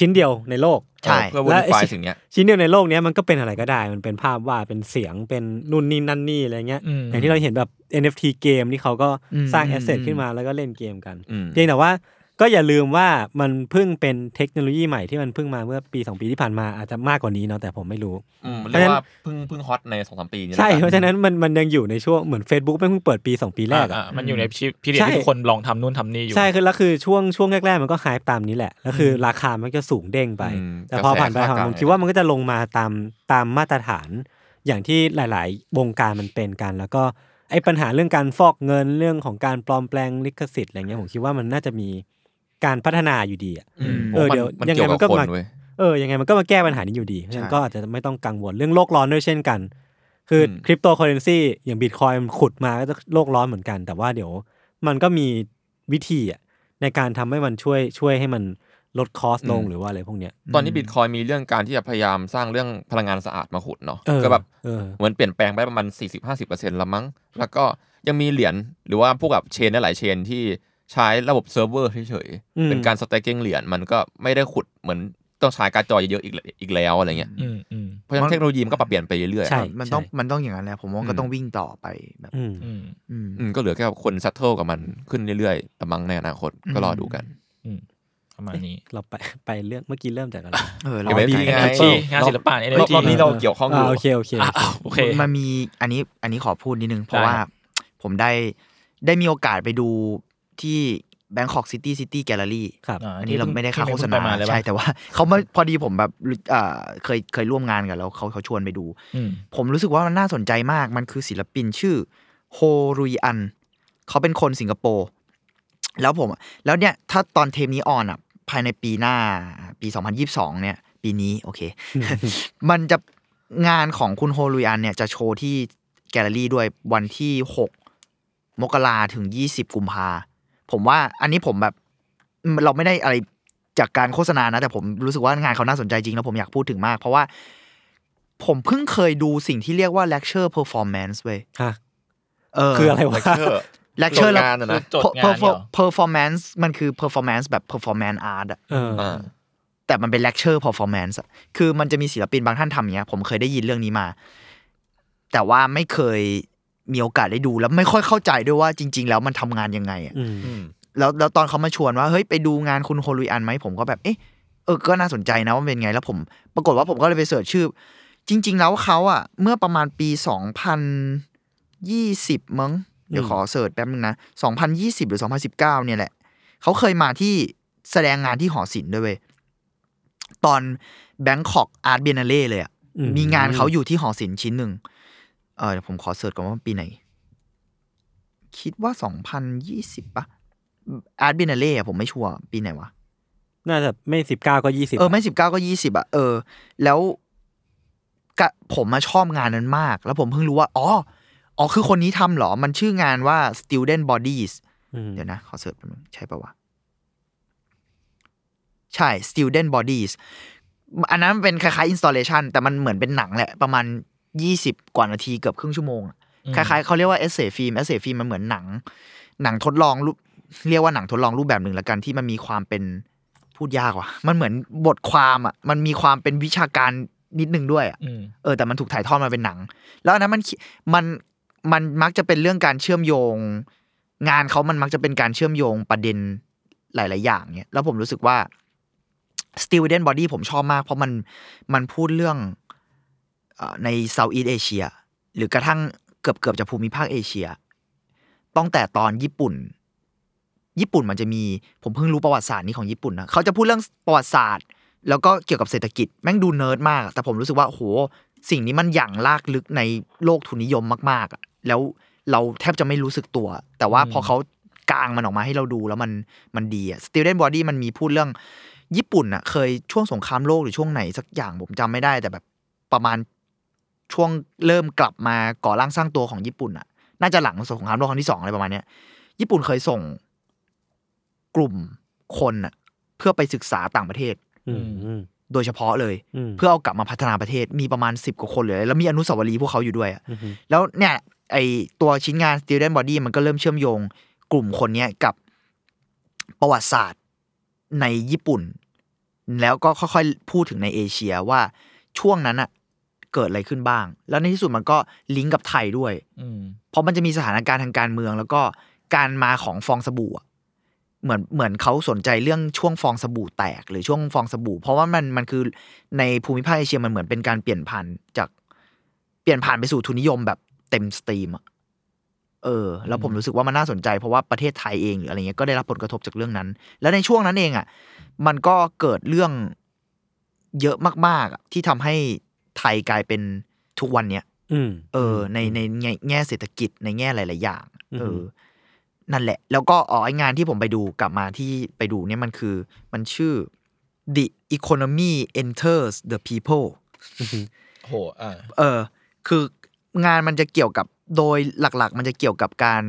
ชิ้นเดียวในโลก ใช่ เพื่อ และไอ้ verify สิ่ง สิ่งเนี้ย ชิ้นเดียวในโลกเนี้ยมันก็เป็นอะไรก็ได้ มันเป็นภาพวาดเป็นเสียงเป็นนู่นนี่นั่นนี่อะไรเงี้ย อืม อย่างที่เราเห็นแบบ NFT เกมนี่เขาก็สร้างแอสเซทขึ้นมาแล้วก็เล่นเกมกัน อืม เพียงแต่ว่าก็อย่าลืมว่ามันเพิ่งเป็นเทคโนโลยีใหม่ที่มันเพิ่งมาเมื่อปี 2 ปีที่ผ่านมาอาจจะมากกว่านี้เนาะแต่ผมไม่รู้ อืมเรียกว่าเพิ่งเพิ่งฮอตในสองสามปีนี้ ใช่ แล้วกั เพราะฉะนั้นมันมันยังอยู่ในช่วงเหมือน Facebook ไม่เพิ่งเปิดปี 2 ปีแรกอะ อ่ะอ่ะมันอยู่ในพีเรียด ใช่ ที่ทุกคนลองทำนู่นทำนี่อยู่ ใช่คือแล้วคือช่วงช่วงแรกๆมันก็หายตามนี้แหละแล้วคืออราคามันก็สูงเด้งไป ม แต่พอก ระส ผ่านไปผ่าน ก มาผลงมคิดว่ามันก็จะลงมาตามตามมาตรฐาน อย่างที่หลาย ๆ วงการมันเป็นกัน แล้วก็ไอ้ปัญหาเรื่องการฟอกเงินเรื่องของการปลอมแปลงลิขสิทธิ์อะไรเงี้ยผมคิดว่ามันน่าจะมีการพัฒนาอยู่ดีอะ อืม เออ ผมว่า เดี๋ยว มัน ยังไง เกี่ยว มั กับ นก็ คน มา เว้ย เออยังไงมันก็มาแก้ปัญหานี้อยู่ดีเพราะฉะนั้นก็อาจจะไม่ต้องกังวลเรื่องโลกร้อนด้วยเช่นกัน คืออ ม คริปโตเคอเรนซีอย่างบิตคอยมันขุดมาก็จะโลกร้อนเหมือนกัน แต่ว่าเดี๋ยวมันก็มีวิธีอะในการทำให้มันช่วยช่วยให้มันลดคอสลงหรือว่าอะไรพวกเนี้ย ตอนนี้บิตคอยมีเรื่องการที่จะพยายามสร้างเรื่องพลังงานสะอาดมาขุดเนาะ เออ ก็แบบ เออ เหมือนเปลี่ยนแปลงไปประมาณ 40-50%ละมั้ง แล้วก็ยังมีเหรียญหรือว่าพวกแบบเชนหลายๆเชนที่ใช้ระบบเซิร์ฟเวอร์เฉย อืม ๆ เป็นการสเต็กกิ้งเหรียญมันก็ไม่ได้ขุดเหมือนต้องใช้การดจอเยอะๆอีกแล้วอีกแล้วอะไรเงี้ย อืมอืม เพราะฉะนั้นเทคโนโลยีมันก็ปรับเปลี่ยนไปเรื่อยๆ ใช่ มันต้องมันต้องอย่างนั้นแหละผมว่าก็ต้องวิ่งต่อไปแบบ อืม อืม อืม อืมก็เหลือแค่คนซัตเทิลกับมันขึ้นเรื่อยๆละมั้งในอนาคตก็รอดูกัน ประมาณนี้ เราไปไปเรื่องเมื่อกี้เริ่มจากอะไร เออ เก็บไว้ เรา ที่ ดี งาน เอ็น NFT ทีงานศิลปะเอ็น รอบ ที รอบนี้เราเกี่ยวข้องอยู่ าโอเคโอเคโอเค โอเค มันมีอันนี้อันนี้ขอพูดนิดนึง เพ ได้ ราะว่า ครับ ผมได้ได้มีโอกาสไปดูที่ Bangkok City City Gallery ครับ อันนี้เราไม่ได้ค่าโฆษ ที่ ณา เพิ่งไปมาเลยปะ ใช่แต่ว่าเขามาพอดีผมแบบรู้อ่าเคยเคยร่วมงานกันแล้วเขาเขาชวนไปดู อืม ผมรู้สึกว่ามันน่าสนใจมาก มันคือศิลปินชื่อโฮรุยอัน เขาเป็นคนสิงคโปร์ แล้วผม แล้วเนี่ย ถ้าตอนเทปนี้ออนอ่ะ ภายในปีหน้า ปี 2022 เนี่ย ปีนี้ โอ *laughs* เค มันจะงานของคุณโฮรุยอันเนี่ย จะโชว์ที่แกลเลอรี่ด้วยวันที่ 6 มกราถึง 20 กุมภา ผมว่าอันนี้ผมแบบ เราไม่ได้อะไรจากการโฆษณานะ แต่ผมรู้สึกว่างานเขาน่าสนใจจริง แล้วผมอยากพูดถึงมาก เพราะว่า ผมเพิ่งเคยดูสิ่งที่เรียกว่า lecture performance เว้ย ฮะ เออ คืออะไรวะ *laughs* lecture Lecture จดงานอะนะ จดงานเนี่ยเหรอ performance มันคือ performance แบบ performance art อะ เออ อ่า แต่มันเป็น lecture performance อะคือมันจะมีศิลปินบางท่านทำอย่างเงี้ย ผมเคยได้ยินเรื่องนี้มา แต่ว่าไม่เคยมีโอกาสได้ดูแล้วไม่ค่อยเข้าใจด้วยว่าจริง ๆ แล้วมันทำงานยังไงอะ อืม แล้วแล้วตอนเขามาชวนว่าเฮ้ยไปดูงานคุณโฮลุยอันไหมผมก็แบบเอ๊ะเออก็น่าสนใจนะว่าเป็นไง แล้วผมปรากฏว่าผมก็เลยไปเสิร์ชชื่อ จริง ๆ แล้วเขาอะเมื่อประมาณปีสองพันยี่สิบมั้งเดี๋ยว อืม ขอเสิร์ชแป๊บนึงนะสองพันยี่สิบหรือสองพันสิบเก้าเนี่ยแหละ เขาเคยมาที่แสดงงานที่หอศิลป์ด้วยเว้ยตอนแบงคอกอาร์ตเบียนเล่เลยอะ อื มีงานเขาอยู่ที่หอศิลป์ชิ้นหนึ่งเออเดี๋ยวผมขอเสิร์ชก่อนว่ามันปีไหน คิดว่าสองพันยี่สิบปะอาร์ตบินาเล่ผมไม่ชัวร์ปีไหนวะ น่าจะไม่สิบเก้าก็ยี่สิบ เออ ไม่สิบเก้าก็ยี่สิบอะเออ แล้วกะผมมาชอบงานนั้นมาก แล้วผมเพิ่งรู้ว่า อ๋อ อ๋อ คือคนนี้ทำเหรอ มันชื่องานว่า student bodies เดี๋ยวนะ ขอเสิร์ชแป๊บนึงใช่ปะวะ ใช่ student bodies อันนั้นเป็นคล้ายๆ installation แต่มันเหมือนเป็นหนังแหละ ประมาณ 20 กว่านาทีเกือบครึ่งชั่วโมงอะคล้ายๆเขาเรียกว่า essay film essay film มันเหมือนหนัง หนังทดลองรูปเรียกว่าหนังทดลองรูปแบบหนึ่งละกันที่มันมีความเป็นพูดยากว่ะ มันเหมือนบทความอ่ะ มันมีความเป็นวิชาการนิดนึงด้วยอะ อืม เออแต่มันถูกถ่ายทอดมาเป็นหนัง แล้วอันนั้นมันขีมันมันมักจะเป็นเรื่องการเชื่อมโยง งานเขามันมักจะเป็นการเชื่อมโยงประเด็นหลาย ๆ อย่างเนี่ยแล้วผมรู้สึกว่า Student Body ผมชอบมาก เพราะมันมันพูดเรื่องเอ่อใน Southeast Asia หรือกระทั่งเกือบเกือบจะภูมิภาคเอเชียตั้งแต่ตอนญี่ปุ่น ญี่ปุ่นมันจะมีผมเพิ่งรู้ประวัติศาสตร์นี้ของญี่ปุ่นนะเขาจะพูดเรื่องประวัติศาสตร์ แล้วก็เกี่ยวกับเศรษฐกิจแม่งดูเนิร์ดมาก แต่ผมรู้สึกว่าโหสิ่งนี้มันหยั่งลากลึกในโลกทุนนิยมมากๆอะแล้วเราแทบจะไม่รู้สึกตัว แต่ว่าพอเขากางมันออกมาให้เราดูแล้วมันมันดีอะ Student Body มันมีพูดเรื่อง ญี่ปุ่นอะเคยช่วงสงครามโลกหรือช่วงไหนสักอย่างผมจำไม่ได้ แต่แบบประมาณช่วงเริ่มกลับมาก่อร่างสร้างตัวของญี่ปุ่นอะน่าจะหลังสงครามโลกครั้งที่สองอะไรประมาณเนี้ย ญี่ปุ่นเคยส่งกลุ่มคนอะเพื่อไปศึกษาต่างประเทศ อืมอืม โดยเฉพาะเลย อืม เพื่อเอากลับมาพัฒนาประเทศมีประมาณ 10 กว่าคนเลย แล้วมีอนุสาวรีย์พวกเขาอยู่ด้วยอะ อืม แล้วเนี่ยไอตัวชิ้นงาน Student Body มันก็เริ่มเชื่อมโยงกลุ่มคนเนี้ยกับประวัติศาสตร์ในญี่ปุ่น แล้วก็ค่อยๆ พูดถึงในเอเชียว่าช่วงนั้นอะเกิดอะไรขึ้นบ้าง แล้วในที่สุดมันก็ลิงก์กับไทยด้วย อืม เพราะมันจะมีสถานการณ์ทางการเมือง แล้วก็การมาของฟองสบู่อะเหมือนเหมือนเขาสนใจเรื่องช่วงฟองสบู่แตกหรือช่วงฟองสบู่ เพราะว่ามันมันคือในภูมิภาคเอเชียมันเหมือนเป็นการเปลี่ยนผ่านจากเปลี่ยนผ่านไปสู่ทุนนิยมแบบเต็มสตรีมอะเออ แล้วผมรู้สึกว่ามันน่าสนใจเพราะว่าประเทศไทยเองหรืออะไรเงี้ยก็ได้รับผลกระทบจากเรื่องนั้น แล้วในช่วงนั้นเองอะมันก็เกิดเรื่องเยอะมากๆอะที่ทำให้ไทยกลายเป็นทุกวันเนี้ย อืม เออในในแง่แง่เศรษฐกิจในแง่หลาย ๆ อย่าง อือฮึ เออนั่นแหละ แล้วก็อ๋อไองานที่ผมไปดูกลับมาที่ไปดูเนี่ยมันคือมันชื่อ the economy enters the people โห อ่า เออคืองานมันจะเกี่ยวกับโดยหลัก ๆ มันจะเกี่ยวกับการ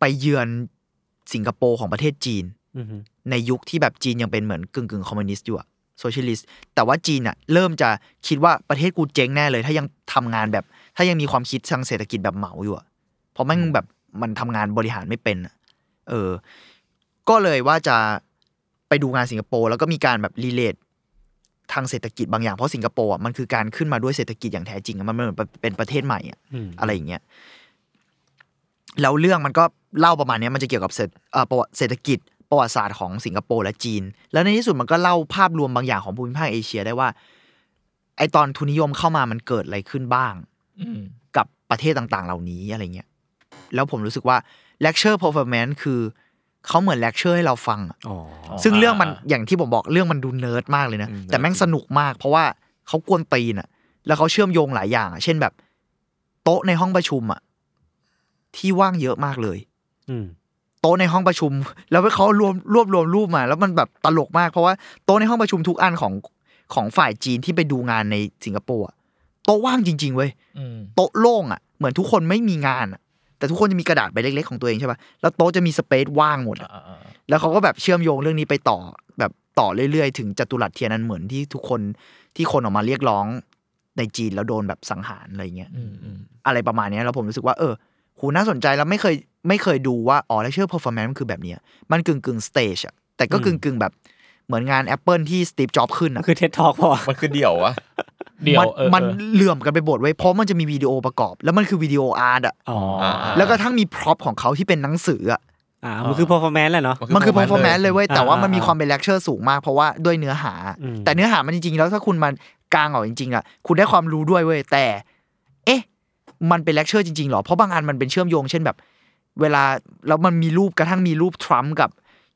ไปเยือนสิงคโปร์ของประเทศจีน อืม ในยุคที่แบบจีนยังเป็นเหมือนกึ่งกึ่งคอมมิวนิสต์อยู่อะโซเชียลิสต์แต่ว่าจีนอะเริ่มจะคิดว่าประเทศกูเจ๊งแน่เลย ถ้ายังทำงานแบบ ถ้ายังมีความคิดทางเศรษฐกิจแบบเหมาอยู่อะเพราะแมันแบบมันทำงานบริหารไม่เป็นอะเออ ก็เลยว่าจะไปดูงานสิงคโปร์แล้วก็มีการแบบรีเลททางเศรษฐกิจบางอย่าง เพราะสิงคโปร์อะมันคือการขึ้นมาด้วยเศรษฐกิจอย่างแท้จริงอะมันเหมือนเป็นประเทศใหม่อะ อืม อะไรอย่างเงี้ยแล้วเรื่องมันก็เล่าประมาณเนี้ยมันจะเกี่ยวกับเศรษฐเอ่อประวัติเศรษฐกิจประวัติศาสตร์ของสิงคโปร์และจีน แล้วในที่สุดมันก็เล่าภาพรวมบางอย่างของภูมิภาคเอเชียได้ว่า ไอตอนทุนนิยมเข้ามามันเกิดอะไรขึ้นบ้าง อืม กับประเทศต่างๆ เหล่านี้อะไรเงี้ย แล้วผมรู้สึกว่า lecture performance คือ เขาเหมือนเลคเชอร์ให้เราฟังอะ อ๋อ ซึ่งเรื่องมันอย่างที่ผมบอกเรื่องมันดูเนิร์ดมากเลยนะ อืม แต่แม่ง เนิร์ดจริง สนุกมาก เพราะว่าเขากวนตีนอะแล้วเขาเชื่อมโยงหลายอย่างอะเช่นแบบ โต๊ะในห้องประชุมอะที่ว่างเยอะมากเลย อืม โต๊ะในห้องประชุม *laughs* แล้วเขารวมรวบรวมรูปมา แล้วมันแบบตลกมากเพราะว่าโต๊ะในห้องประชุมทุกอันของของฝ่ายจีนที่ไปดูงานในสิงคโปร์อะโต๊ะว่างจริง ๆเว้ย อืม โต๊ะโล่งอ่ะเหมือนทุกคนไม่มีงานอ่ะ แต่ทุกคนจะมีกระดาษใบเล็กๆของตัวเองใช่ป่ะแล้วโต๊ะจะมีสเปซว่างหมดอะแล้วเขาก็แบบเชื่อมโยงเรื่องนี้ไปต่อแบบต่อเรื่อยๆ ถึงจัตุรัสเทียนอันเหมือนที่ทุกคนที่คนออกมาเรียกร้องในจีนแล้วโดนแบบสังหารอะไรเงี้ย อืมอืม อะไรประมาณเนี้ยแล้วผมรู้สึกว่าเออคูน่าสนใจแล้วไม่เคยไม่เคยดูว่าอ๋อแล้วเชื่อเพอร์ฟอร์แมนซ์มันคือแบบเนี้ยมันกึ่งกึ่งสเตจอะแต่ก็กึ่งกึ่งแบบเหมือนงาน Apple ที่สตีฟจ็อบขึ้นอะ คือเท็ดทอกพอ มันคือเดี่ยววะ เดี๋ยว มัน เออ มัน เออ เหลื่อมกันไปบทไว้ยเพราะมันจะมีวิดีโอประกอบ แล้วมันคือวิดีโออาร์ตอะ อ๋อ อ่า แล้วก็ทั้งมีพร็อพของเขาที่เป็นหนังสืออะ อ่า มันคือ performance แหละเนาะ มันคือ p พ r f o r m a น c ์เลยเว้ย อ่า แต่ว่ามัน อ่ามี มีความเป็นเลคเชอร์สูงมากเพราะว่าด้วยเนื้อหา อืม แต่เนื้อหามันจริงๆ แล้วถ้าคุณมันกลางออกจริงๆอะคุณได้ความรู้ด้วยเว้ยแต่ เอ๊ะ มันเป็นเลคเชอร์จริงๆหรอ เพราะบางอันมันเป็นเชื่อมโยงเช่นแบบ เวลาแล้วมันมีรูปกระทั่งมีรูปทรัมป์กับ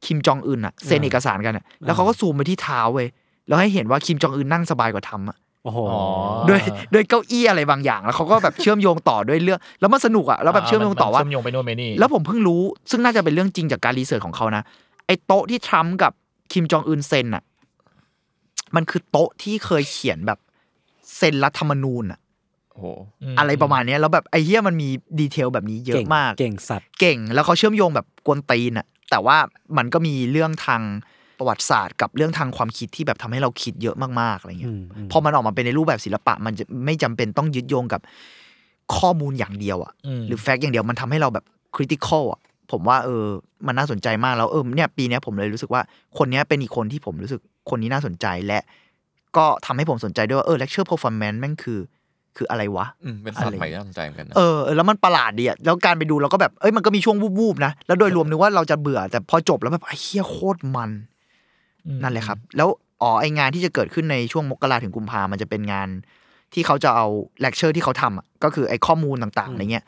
คิมจองอึนอะเซ็นเอกสารกันอะแล้วเขาก็ซูมไปที่เท้าเว้ยแล้วให้เห็นว่าคิมจองอึนนั่งสบายกว่าทำอะ โอ้โห อ๋อ ด้วย อ่า ด้วยเก้าอี้อะไรบางอย่าง แล้วเขาก็แบบเชื่อมโยงต่อด้วยเรื่อง แล้วมันสนุกอ่ะแล้วแบบเชื่อมโยงต่อว่า เชื่อมโยงไปโน่นไปนี่ แล้วผมเพิ่งรู้ซึ่งน่าจะเป็นเรื่องจริงจากการรีเสิร์ชของเขานะไอ้โต๊ะที่ทรัมป์กับคิมจองอึนเซ็นอ่ะมันคือโต๊ะที่เคยเขียนแบบเซ็นรัฐธรรมนูญอ่ะ โอ้โห ม อะไรประมาณเนี้ยแล้วแบบไอ้เหี้ยมันมีดีเทลแบบนี้เยอะมาก เก่งสัตว์ เก่งแล้วเขาเชื่อมโยงแบบกวนตีนอ่ะแต่ว่ามันก็มีเรื่องทางประวัติศาสตร์ กับเรื่องทางความคิดที่แบบทำให้เราคิดเยอะมากๆอะไรเงี้ย อืมอืม พอมันออกมาเป็นในรูปแบบศิลปะ มันจะไม่จำเป็นต้องยึดโยงกับข้อมูลอย่างเดียวอ่ะ ม หรือแฟกต์อย่างเดียวมันทำให้เราแบบคริติคอลอ่ะผมว่าเออมันน่าสนใจมากแล้วเออเนี่ยปีเนี้ยผมเลยรู้สึกว่าคนเนี้ยเป็นอีกคนที่ผมรู้สึกคนนี้น่าสนใจและ ก็ทำให้ผมสนใจด้วยว่าเออเลคเชอร์เพอร์ฟอร์แมนซ์แม่งคือ คืออะไรวะ อืมเป็นศาสตร์ใหม่ที่น่าสนใจเหมือนกันนะ เออแล้วมันประหลาดดีอะแล้วการไปดูเราก็แบบเอ้ยมันก็มีช่วงวูบๆนะแล้วโดยรวมนึกว่าเราจะเบื่อแต่พอจบแล้วแบบไอ้เฮียโคตรมันนั่นเลยครับ แล้วอ๋อไองานที่จะเกิดขึ้นในช่วงมกราถึงกุมภามันจะเป็นงาน ที่เขาจะเอาเลคเชอร์ที่เขาทำอะก็คือไอ้ข้อมูลต่างๆอะไรเงี้ย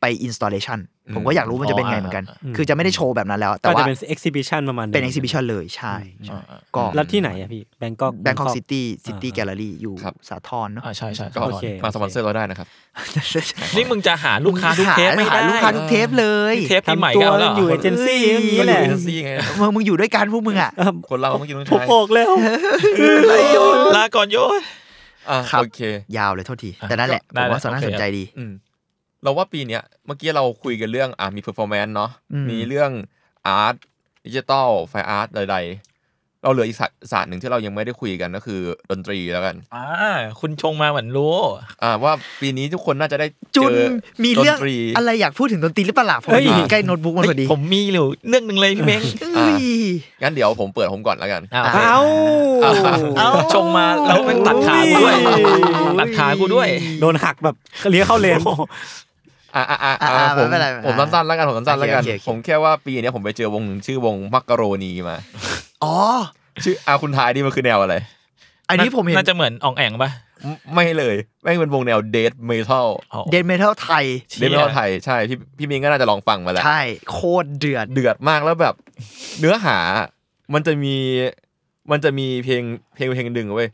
ไปอินสต l เลชันผมก็อยากรู้มันจะเป็นไงเหมือนกัน อืม คือจะไม่ได้โชว์แบบนั้นแล้ว แต่ ก็จะ ว่า เป็น exhibition ประมาณหง เป็น exhibition เลยใช่ใช่ก็ แล้วที่ไหนอะพี่ แบงกอก แบงคอกซิตี้ซิตี้แกลเลอรี่อยู่สาทรเนาะ อ่าใช่ใช่ ก็ ก็ โอเค มาสปอนเซอร์เราได้นะครับ นี่มึงจะหาลูกค้าทุกเทปไม่ หา ได้ ลูกค้าทุกเทปเลย เทปที่ใหม่ ทำตัว ก็แล้ว อยู่เอเจนซี่อย่างนี้แหละ เอเจนซี่ไง มึงมึงอยู่ด้วยกันพวกมึงอ่ะ คนเราต้องกินต้อง ถูก ใช้ อกแล้ว ลาก่อนโยน อ่ะ ครับ โอเค ยาวเลยโทษที แต่นั่นแหละผ ได้ มว่า แหละ สนน่า โอเค สนใจดี อืมเราว่าปีเนี้ยเมื่อกี้เราคุยกันเรื่องอ่ะมีเพอร์ฟอร์แมนซ์เนาะ อืม มีเรื่องอาร์ตดิจิตอลไฟอาร์ตใดๆ เราเหลืออีกศาศาสตร์หนึ่งที่เรายังไม่ได้คุยกันก็คือดนตรีแล้วกัน อ่าคุณชงมาเหมือนรู้ อ่ะว่าปีนี้ทุกคนน่าจะได้ จุน เจอ มีเรื่อง ดนตรี อะไรอยากพูดถึงดนตรีหรือเปล่าล่ะผม เฮ้ย อยู่ใกล้โน้ตบุ๊กมันพอดี ผมมีอยู่เรื่องหนึ่งเลยพี่เม้ง อ่า เฮ้ย งั้นเดี๋ยวผมเปิดผมก่อนแล้วกัน อ่า เอ้า เอ้า ชงมาแล้วแม่งตัดขากูด้วย โอ้ย ตัดขากูด้วย โดนหักแบบเลี้ยเข้าเลน อ่ะอ่ะอ่ะอ่ะ อ่ะอ่ะ ผม ไม่เป็นไร ผมสั้นๆแล้วกันผมสั้นๆแล้วกัน โอเคโอเคโอเค ผมแค่ว่าปีเนี้ยผมไปเจอวงหนึ่งชื่อวงมักกะโรนีมา อ๋อ ชื่ออาคุณทายดิมันคือแนวอะไร อันนี้ผมเห็น น่าจะเหมือนอ่องแอ่งป่ะ ไม่ไม่เลยแม่งเป็นวงแนวเดทเมทัล อ๋อ เดนเมทัลไทย เดทเมทัลไทยใช่พี่พี่มิงก็น่าจะลองฟังมาแล้ว ใช่ โคตรเดือด เดือดมากแล้วแบบ เนื้อหา มันจะมีมันจะมีเพลงเพลงเพลงหนึ่งเว้ย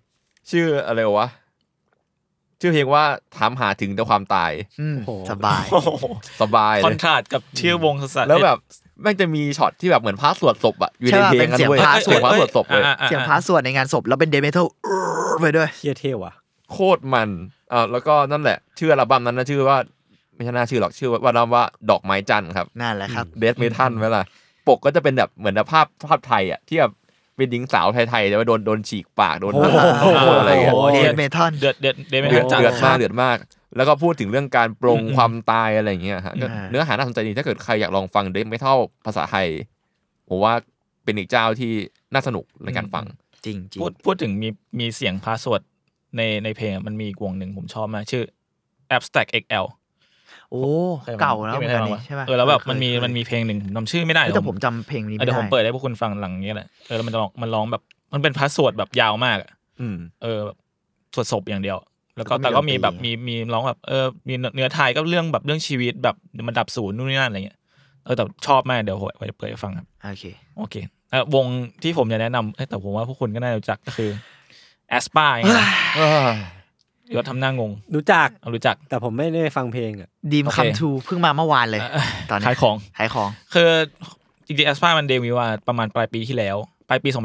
ชื่ออะไรวะ ชื่อเพลงว่าถามหาถึงแต่ความตาย อืม โอ้โห สบาย โอ้โห สบาย คอ เล น ย ทราสต์กับชื่อวงสัสๆ แล้วแบบแม่งจะมีช็อตที่แบบเหมือนพระสวดศพอะอยู่ใน ใช่ป่ะ เพล เป็ ง น กัน เสียง ด้วย พระ เสียงพระสวดศพเลย อ่าอ่าอ่า เสียงพาร์ทสวดในงานศพแล้วเป็นเดนเมทัลไปด้วย เทียเทว่ะ โคตรมันอ่าแล้วก็นั่นแหละ ชื่ออัลบั้มนั้นนะชื่อว่า ไม่ใช่น่าชื่อหรอกชื่อว่าว่าว่าดอกไม้จันทร์ครับ นั่นแหละครับ เดสเมทัลไหมล่ะ ปกก็จะเป็นแบบเหมือนแบบภาพภาพไทยอ่ะ ที่แบบเป็นหญิงสาวไทยๆแต่ว่าโดนโดนฉีกปาก โดน โอ้โห โดนอะไรอย่างเงี้ย โอ้โห เดนเมทัล เดือดเดือดเดือดไม่ เดือด จัด เดือดมากเดือดมาก แล้วก็พูดถึงเรื่องการปรง อืม ความตายอะไรอย่างเงี้ยฮะก็ อ่า เนื้อหาน่าสนใจดีถ้าเกิดใครอยากลองฟังเดสเมทัลภาษาไทยผมว่าเป็นอีกเจ้าที่น่าสนุกในการฟัง จริงจริง พูดพูดถึงมีมีเสียงพาสวดในในเพลงอะมันมีอีกวงหนึ่งผมชอบมาก ชื่อ Abstract XL โอ้ คยฟัง เก่าแล้วเห พี่ มื ไม่ อน ได้ กัน ฟัง นี่ ปะ ใช่ปะ เออแล้วแบบ เคย มันมี เคย มันมีเพลงหนึ่งผมจำชื่อไม่ได้ เฮ้ยแต่ผมจำเพลงนี้ เออ ไม่ เดี๋ยว ได้ ผมเปิดให้พวกคุณฟังหลังนี้แหละเออแล้วมันจะร้องมันร้องแบบมันเป็นพาสวดแบบยาวมากอะ อืม เออแบบสวดศพอย่างเดียว แล้วก็แต่ก็มีแบบมีมีร้องแบบเออมีเนื้อไทยก็เรื่องแบบเรื่องชีวิตแบบมันดับศูนย์นู่นนี่นั่นอะไรเงี้ย เออแต่ชอบมากเดี๋ยวไว้เปิดให้ฟังครับ โอเค โอเคเอ่อวงที่ผมจะแนะนำเอ้ยแต่ผมว่าพวกคุณก็น่าจะรู้จักก็คือแอสปาอย่างเงี้ *sighs* ย เอ้ย ยศทำหน้างง รู้จัก เอารู้จัก แต่ผมไม่ได้ฟังเพลงอ่ะ ดีม โอเค คัมทูเพิ่งมาเมื่อวานเลย เอ่อ ตอนนี้ ขายของ ขายของ คือจริงๆแอสปามันเดบิวต์มาประมาณปลายปีที่แล้ว ปลายปี 2020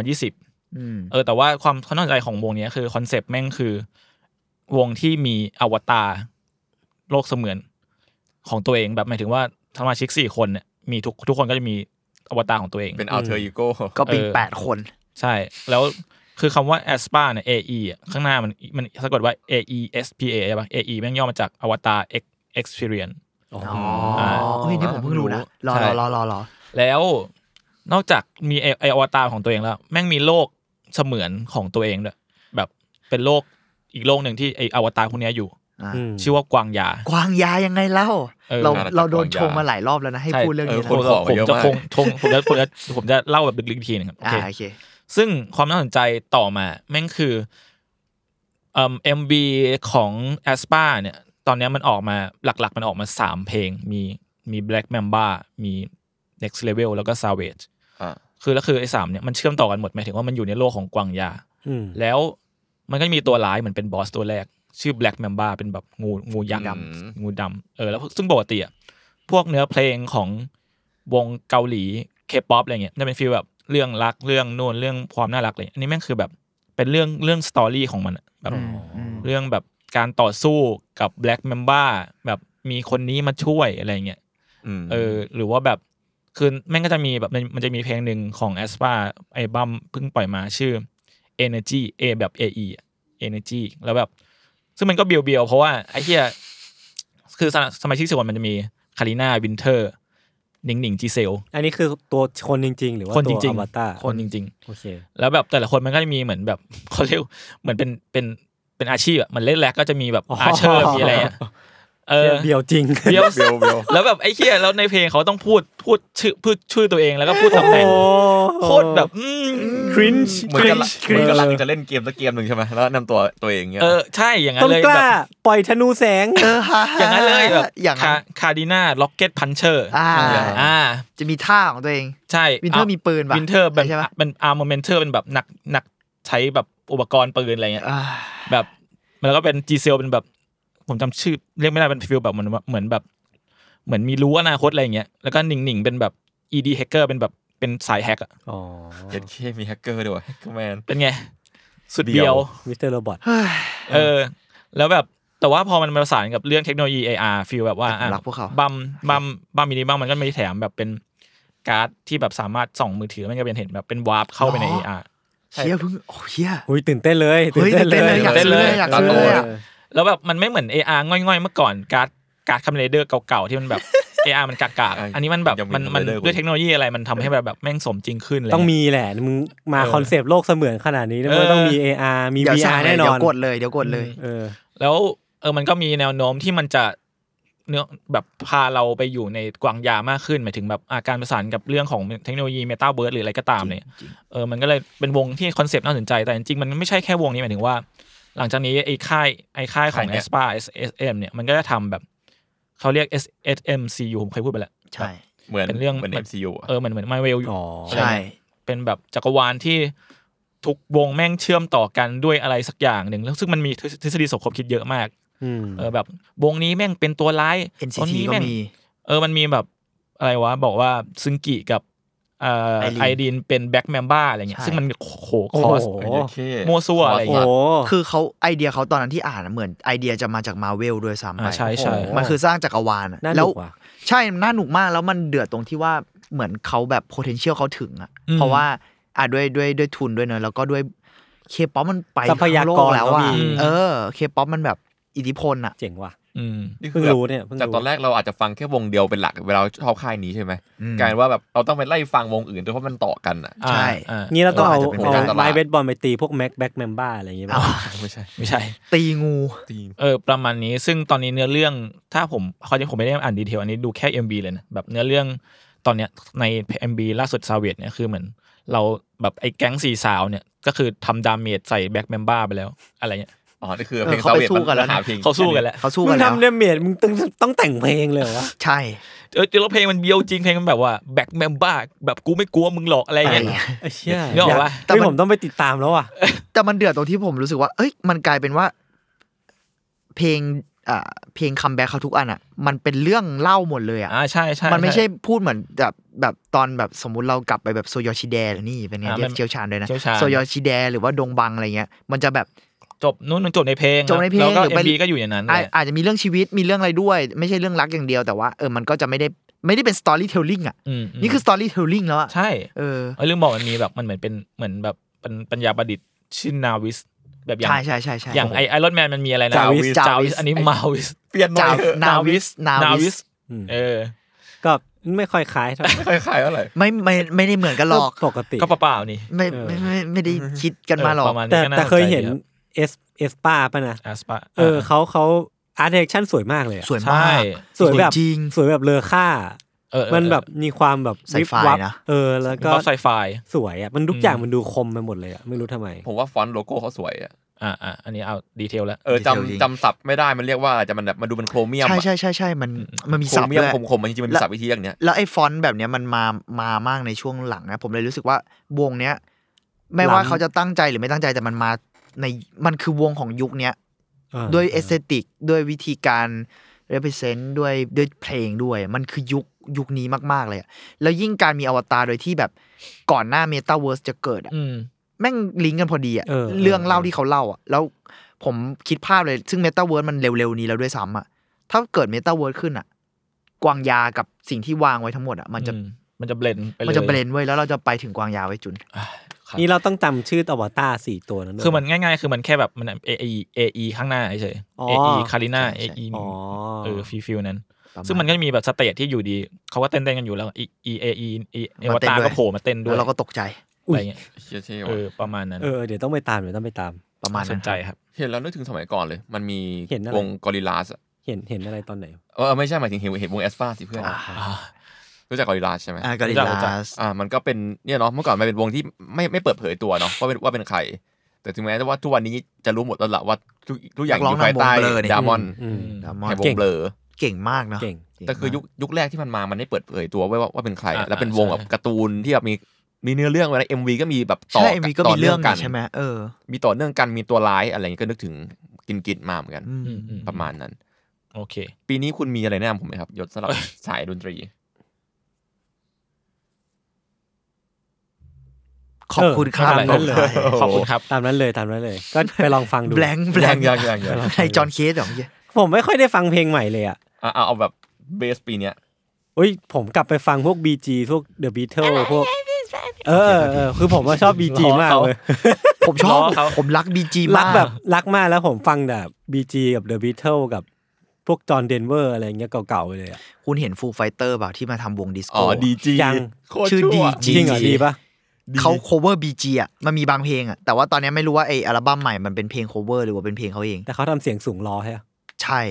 อืม เออแต่ว่าความความน่าสนใจของวงเนี้ยคือคอนเซปต์แม่งคือ วงที่มีอวตารโลกเสมือนของตัวเองแบบหมายถึงว่าสมาชิกสี่คนเนี่ยมีทุกทุกคนก็จะมีอวตารของตัวเอง เป็นอัลเทอร์อีโก้ ก็เป็น เออ แปดคน ใช่ แล้วคือคำว่า aespa เนี่ย ae อะข้างหน้ามันมันสะกดว่า ae spa ใช่ปะ ae แม่งย่อมาจากอวตาร X experience อ๋อเฮ้ยนี่ผมเพิ่งรู้นะรอ ใช่ รอรอรอรอ แล้วนอกจากมีไอไออวตารของตัวเองแล้ว แม่งมีโลกเสมือนของตัวเองด้วยแบบเป็นโลกอีกโลกหนึ่งที่ไออวตารพวกเนี้ยอยู่ อ่ะ อืม ชื่อว่ากวางยา กวางยายังไงเล่า เออ เราเราโดนชงมาหลายรอบแล้วนะ ให้ ใช่ พูดเรื่องนี้นะ ผม โ จะผมจะคงทงผมจะผมจะผมจะเล่าแบบลึกๆอีกทีหนึงครับโออเค เค โอเค ซึ่งความน่าสนใจต่อมาแม่งคือเอ็มบีของแอสปาเนี่ย ตอนเนี้ยมันออกมาหลักๆ มันออกมาสามเพลง มีมี Black Mamba มี Next Level แล้วก็ Savage อ่ะ คือแล้วคือไอ้สามเนี่ยมันเชื่อมต่อกันหมดหมายถึงว่ามันอยู่ในโลกของกวางยา อืม แล้วมันก็มีตัวร้ายเหมือนเป็นบอสตัวแรก ชื่อ Black Mamba เป็นแบบงูงูยักษ์ อืม งูดำเออแล้วซึ่งปกติอ่ะพวกเนื้อเพลงของวงเกาหลีเคป๊อปอะไรเงี้ยจะเป็นฟีลแบบเรื่องรักเรื่องนู่นเรื่องความน่ารักอะไรเงี้ยอันนี้แม่งคือแบบเป็นเรื่องเรื่องสตอรี่ของมันอะแบบเรื่องแบบการต่อสู้กับแบล็ก m มมบ้าแบบมีคนนี้มาช่วยอะไรเงี้ย ม เออหรือว่าแบบคือแม่งก็จะมีแบบมันมันจะมีเพลงหนึ่งของแอสปาไอบัมเพิ่งปล่อยมาชื่อ Energy A แบบ AE อะ Energy แล้วแบบ ซึ่งมันก็เบียวเบียวๆเพราะว่าไอ้เฮียคือสมาสมาชิกส่วนมันจะมีคาริน่าวินเทอร์หนิงหนิงจีเซล อันนี้คือตัวคนจริง ๆ หรือว่า คน ตั จ ว ริง อวตาร ๆ คนจริง โอเค ๆ แล้วแบบแต่ละคนมันก็จะมีเหมือนแบบ เขาเรียกเหมือนเป็นเป็นเป็นอาชีพอะเหมันเล่นแรกก็จะมีแบบ อ๋อ อาเชอร์มีอะไรอะเออ เดียวจริง เบียว เบลเบล แล้วแบบไอ้เฮียแล้วในเพลงเขาต้องพูดพูดชื่อพูดชื่อตัวเองแล้วก็พูดตำแหน่งโคตรแบบอืม cringe เหมือนกำลัง cringe เหมือนกำลังจะเล่นเกมสักเกมหนึ่งใช่ไหมแล้วนำตัวตัวเองเงี้ย เออใช่อย่างนั้น ต้อง เลย ก แบ ล้า บ ปล่อยธนูแสง เออฮ่า อย่างนั้นเลยแบบ อย่างนั้น คาดิน่าล็อกเก็ตพันเชอร์ อ่า อ่า จะมีท่าของตัวเอง ใช่ Winter มีปืนปะ วินเทอร์เป็น ใช่ปะ เป็นอาร์มเมนเทอร์เป็นแบบหนักหนักใช้แบบอุปกรณ์ปืนอะไรเงี้ย อ่า แบบแล้วก็เป็นจีเซลเป็นแบบ ผมจำชื่อเรียกไม่ได้เป็นฟิลแบบเหมือนว่าเหมือนแบบ เหมือนมีรู้อนาคตอะไรเงี้ยแล้วก็หนิงหนิงๆเป็นแบบ ED hacker เป็นแบบเป็นสายแฮกอะ อ๋อ เย็ดเคมีแฮกเกอร์ด้วยแฮกเกอร์แมน เป็นไง สุดเบียว มิสเตอร์โรบอท เออ แล้วแบบแต่ว่าพอมันมาประสานกับเรื่องเทคโนโลยี AR ฟีลแบบว่า แต่ผมรักพวกเขา บัมบัมบัมมินิบัมมันก็มีแถมแบบเป็นการ์ดที่แบบสามารถส่องมือถือมันก็เป็นเห็นแบบเป็นวาร์ปเข้าไปใน AR เชียเพิ่งโอ้เชีย หุยตื่นเต้นเลย เฮ้ย ตื่นเต้นเลยอยากซื้อ เลย ออ แล้วแบบมันไม่เหมือน AR ง่อยๆ เมื่อก่อนการ์ดการ์ดคัมเลเดอร์เก่าๆ ที่มันแบบ AR มันกากๆ อันนี้มันแบบ ยังมี มันมัน Raider ด้วยเทคโนโลยีอะไรมันทำให้แบบแบบแม่งสมจริงขึ้นเลย ต้องมีแหละ มึงมา เออ คอนเซปต์โลกเสมือนขนาดนี้นะ เออ มึงต้องมี AR มี เดี๋ยวสั่ง VR เลย แน่นอ เดี๋ย น วกดเลยเดี๋ยวกดเลย เออ แล้วเออมันก็มีแนวโน้มที่มันจะเนื้อแบบพาเราไปอยู่ในกวางยามากขึ้นหมายถึงแบบอาการประสานกับเรื่องของเทคโนโลยีเมตาเวิร์หรืออะไรก็ตามเนี่ยเออมันก็เลยเป็นวงที่คอนเซปต์น่าสนใจแต่จริงๆ มันไม่ใช่แค่วงนี้หมายถึงว่า หลังจากนี้ไอ้ค่ายไอ้ค่ายของ ค่ายเนี่ย a s p a S S M เนี่ยมันก็จะทำแบบเขาเรียก S S M C U ผมเคยพูดไปแล้ว ใช่ เหมือน เป็นเรื่อง เหมือน มัน MCU อะ เออเหมือนเหมือน My Well อยู่ อ๋อ ใช่ เป็นแบบจักรวาลที่ทุกวงแม่งเชื่อมต่อกันด้วยอะไรสักอย่างหนึ่งแล้วซึ่งมันมีทฤษฎีสมคบคิดเยอะมาก อืม เออแบบวงนี้แม่งเป็นตัวร้าย เอ็นซี วง ที นี้ ก็ แม่ง มี เออมันมีแบบอะไรวะ บอกว่าซึงกิกับเอ่อไอ Irene ดีนเป็นแบ็กแมมบ้าอะไรเงี้ย ใช่ ซึ่งมันโอ้โห โอ้ ค โห อส เออเย็ดเค มั่วซั่วอะไรอย่างเงี้โอ้ย โห คือเขาไอเดียเขาตอนนั้นที่อ่านอะเหมือนไอเดียจะมาจากมาเวลด้วยซ้ำไป อ่าใช่ใช่ โอ้โหมันคือสร้างจักรวาลอะ น่าหนุก แล้ว ว่ะ ใช่น่าหนุกมากแล้วมันเดือดตรงที่ว่าเหมือนเขาแบบ potential เขาถึงอะ อืม เพราะว่าอ่ะด้วยด้วยด้วยทุนด้วยเนอะแล้วก็ด้วยเคป๊อปมันไป ทรัพยากร ทั่วโลแล้ว เขามี อะเออเคป๊อปมันแบบอิทธิพลอะ เจ๋งว่ะ อืม นี่ เพิ่ คื ง อแบบ รู้เนี่ยเพิ่ง จาก รู้ ตอนแรกเราอาจจะฟังแค่วงเดียวเป็นหลัก เวลาเราชอบค่ายนี้ใช่ไหม อืม กลายเป็นว่าแบบเราต้องไปไล่ฟังวงอื่นด้วยเพราะมันต่อกันอ่ะ อ่า ใช่ อ่า งี้เราต้องเอา ก็อาจจะเป็น เอา การตลาด ไม้เบสบอลไปตีพวกแม็กแบ็กแมมบ้าอะไรอย่างเงี้ยป่ะ ไม่ใช่ ไม่ใช่ ตีงู จริง เออประมาณนี้ซึ่งตอนนี้เนื้อเรื่องถ้าผมเขาจะผมไม่ได้อ่านดีเทลอันนี้ดูแค่ MB เลยนะแบบเนื้อเรื่องตอนเนี้ยใน MB ล่าสุดซาเวตเนี่ยคือเหมือน เราแบบไอ้แก๊งสี่สาวเนี่ยก็คือทำดาเมจใส่แบ็กแมมบ้าไปแล้วอะไรเงี้ย อ๋อนี่คือ เออ เพลง เขา ซา ไป เวท สู้กันแล้วนะ หาเพลง เขาสู้กันแล้ว เขาสู้ มึ กันงแล้ว ทำเดเมจมึงต้องต้องแต่งเพลงเลยเหรอวะ ใช่ เออแล้วเพลงมันเบียวจริงเพลงมันแบบว่าแบ็คแมมบ้าแบบกูไม่กลัวมึงหรอกอะไรอย่างเงี้ย อะไรเงี้ย ไอ้เชี่ย นึกออกปะ แต่ผมต้องไปติดตามแล้วอ่ะ แต่มันเดือดตรงที่ผมรู้สึกว่า เอ้ย มันกลายเป็นว่า เพลงอ่าเพลงคัมแบ็คเขาทุกอันอ่ะ มันเป็นเรื่องเล่าหมดเลยอ่ะ อ่าใช่ใช่ มันไม่ใช่พูดเหมือนแบบแบบตอนแบบสมมุติเรากลับไปแบบโซยอชิแดหรือนี่เป็นไง อ่า เรีย มั ก น เชี่ยวชาญด้วยนะ เชี่ยวชาญ โซยอชิแดหรือว่าดงบังอะไรเงี้ย มันจะแบบ จบนู่นจบในเพลง จบในเพลง แล้วก็ หรือ เอ็ ไป มบีก็อยู่ในนั้นเล อาย อาจจะมีเรื่องชีวิตมีเรื่องอะไรด้วย ไม่ใช่เรื่องรักอย่างเดียวแต่ว่าเออมันก็จะไม่ได้ไม่ได้เป็นสตอรี่เทลลิ่งอ่ะ อืมม นี่คือสตอรี่เทลลิ่งแล้วอ่ะ ใช่ เออ เออลืมบอกมันมีแบบมันเหมือนเป็นเหมือนแบบเป็นปัญญาประดิษฐ์ชื่อนาวิสแบบอย่าง ใช่ใช่ใช่ใช่ อย่างไอไอรอนแมนมันมีอะไรนะ Jarvis Jarvis Jarvis อันนี้มาวิ *laughs* ส เปลี่ยนหน่อ จาย ก เถอะ นาวิสนาวิส อืม เออ ก็ไม่ค่อยคล้ายเท่าไหร่ ไม่คล้ายๆอะไหร ไม่ไม่ไม่ได้เหมือนกันหรอก ก็ปกติ ก็เปล่าๆนี่ ไม่ไม่ไม่ไม่ได้คิดกันมาหรอ เป ก ระมาณนี้ก็าแต่แต่เคยเห็น สใจดีรับ เอสเอสป้าป่ะนะ อาสปะ เออเขาเขาอาร์ตเดคชั่นสวยมากเลยอะ สวย ใช่ มาก สวยแบบ สวยจริง สวยแบบเลอค่า เออเออ มันแบบมีความแบบ ไซ วิบ ไฟ วับ นะ เออ แล้ว ก็ ก็ ไซไฟ สวยอ่ะ มันทุ อื ก ม อย่างมันดูคมไปหมดเลยอ่ะ ไม่รู้ทำไม ผมว่าฟอนต์โลโก้เขาสวยอะ อ่าอ่าอันนี้เอาดีเทลแล้ว เออ Detail จริง จำจำศัพท์ไม่ได้มันเรียกว่าจะมันแบบมันดูเป็นโครเมียม ใช่ อะ ใช่ใช่ใช่มันมันมี โคร ศัพท์ เมียม ด้วย คมๆมันจริงๆมันมี และ ศัพท์วิธีอย่างเนี้ย แล้วไอ้ฟอนต์แบบเนี้ยมันมามามากในช่วงหลังนะผมเลยรู้สึกว่าวงเนี้ย ไม่ว่า ล้ำ เขาจะตั้งใจหรือไม่ตั้งใจแต่มันมาในมันคือวงของยุคเนี้ย เออ ด้วยเอสเตติกด้วยวิธีการ represent ด้วยด้วยเพลงด้วย มันคือยุคยุคนี้มากๆเลยอะแล้วยิ่งการมีอวตารโดยที่แบบก่อนหน้าเมตาเวิร์สจะเกิดอะ อืม แม่งลิงก์กันพอดีอะ เออ เรื่องเล่าที่เขาเล่าอะแล้วผมคิดภาพเลย ซึ่งเมตาเวิร์มันเร็วๆนี้แล้วด้วยซ้ำอะถ้าเกิดเมตาเวิร์ขึ้นอะกวางยากับสิ่งที่วางไว้ทั้งหมดอะมันจะ อืมันจะเบลนไปเลย มันจะเบรนไว้ยแล้วเราจะไปถึงกวางยาไว้จุน อ่ะครับ นี่เราต้องจำชื่ออวตารสี่ตัวนั้นด้วย คือมันง่ายๆ คือมันแค่แบบมันเอเอเอข้างหน้าเฉย อ๋อ เอเอคาริน่า ใช่ เอ ใช่ เอ อ๋อ เออฟิลฟิลนั้น ประาณ ซึ่งมันก็จะมีแบบสเตจที่อยู่ดี เขาก็เต้นๆกันอยู่แล้วเอเอเอเอเอว มาเต้น ตาร ด้วย ก็โผล่มาเต้นด้วยวแล้เราก็ตกใจ อะไรเงี้ย เชี่ยเท่ เออว่ะประมาณนั้น เออเดี๋ยวต้องไปตามเดี๋ยวต้องไปตาม ประมาณ ส นั้น นใจครับ เห็นแล้วนึกถึงสมัยก่อนเลย มันมี เห็นอะไร วงกอริลลาส เห็นเห็นอะไรตอนไหน เออไม่ใช่หมายถึงเห็นเห็นวงแอสฟาสิเพื่อน อ่า รู้จักกอริลลาใช่ไหม อ่ากาลิลาส อ่ามันก็เป็นเนี่ยเนาะเมื่อก่อนมันเป็นวงที่ไม่ไม่เปิดเผยตัวเนาะว่าเป็นว่าเป็นใคร แต่ถึงแม้ว่าทุกวันนี้จะรู้หมดแล้วละว่าทุกทุกอย่าง นัก อ ร้อง ยู่ภายใต้ นำวง Blur เนี่ย ดามอน อืม ดามอน แห่งว เก่ ง ง เบลอ เก่งมากเนาะ เก่ง แต่คือยุคยุคแรกที่มันมามันไม่เปิดเผยตัวว่าว่าว่าเป็นใครอะ อ่า แล้วเป็น อ่าว งแบบ ใช่ การ์ตูนที่แบบมีมีเนื้อเรื่องไว้นะเอ็มวีก็มีแบบต่อ ใช่มีก็ ต่ มีเรื่อง กัน ใช่ไหมเออ มีต่อเนื่องกันมีตัวร้ายอะไรอย่างงี้ก็นึกถึงกินกินมาเหมือนกัน อืม อืมอื ประมาณนั้น โอเค ปีนี้คุณมีอะไรแนะนำผมไหมครับยศสำหรับ สายดนตรี ขอบคุณครับ เออไม่เป็นไร ขอบขอบคุณครับคุณครับ ตามนั้นเลยตามนั้นเลย *laughs* ก็ไปลองฟังดู แบงค์แบ ยัง ง ค์ ยังยังยัง ในจอห์นเคสเหรอเมื่อกี้ ผมไม่ค่อยได้ฟังเพลงใหม่เลยอ่ะ อ่ะเอาเอาแบบเบสปีเนี้ย เอ้ยผมกลับไปฟังพวก BG พวก The Beatles พวก เออเออ คือผมว่าชอบ BG ล้อ มาก เขา เลย ผมชอบ ล้อเขา ผมรักบีจี รั มาก ก แบบรักมากแล้วผมฟังแบบ BG กับ The Beatles กับพวกจอห์นเดนเวอร์อะไรอย่างเงี้ยเก่าๆไปเลยอะ คุณเห็นฟูไฟเตอร์เปล่าที่มาทำวงดิสโก้ อ๋อดีจี ยัง โคตร ชื่อดี ชั่ว จ จี ริงเหรอดีปะ เขา cover บีจีอ่ะมันมีบางเพลงอ่ะแต่ว่าตอนนี้ไม่รู้ว่าไออัลบั้มใหม่มันเป็นเพลง cover หรือว่าเป็นเพลงเขาเอง แต่เขาทำเสียงสูงล้อใช่ปะ ใช่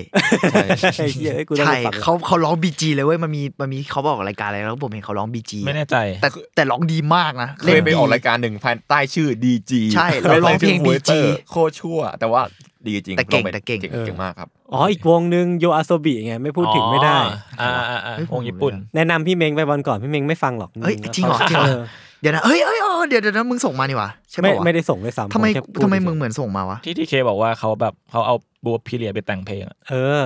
ใช่ ไอ้เหี้ยเอ้ยกูต้อง ใช่ ไปฟัง เขาเขาร้องบีจีเลยเว้ยมันมีมันมีเขาบอกรายการอะไรแล้วผมเห็นเขาร้องบีจี ไม่แน่ใจ แต่แต่ร้องดีมากนะ เคยไป ดี ออกรายการหนึ่งภายใต้ชื่อดีจี ใช่แล้วร้องเพลง DG โคตรชั่ว แต่ว่าดีจริง แต่เก่ง ลอไป แต่เก่ง เก่งมากครับ อ๋ออีกวงนึงโยอาโซบิไงไม่พูดถึงไม่ได้ อ๋ออ่าอ่า เฮ้ยผม วงญี่ปุ่น แนะนำพี่เมงไปวันก่อนพี่เมงไม่ฟังหรอก เอ้ยจริงเหรอจริงเหรอ เดี๋ยวนะเอ้ยเอ้ยอ๋อเดี๋ยวเดี๋ยวนะมึงส่งมานี่หวะใช่ ไม่ ปะวะ ไม่ได้ส่งเลยซ้ำ ทำไม ผแค่พูด ทำไมมึง เฉย เหมือนส่งมาวะ ที่ทีเคบอกว่าเขาแบบเขาเอาบัวพีเรียไปแต่งเพลงอะ ๆเออ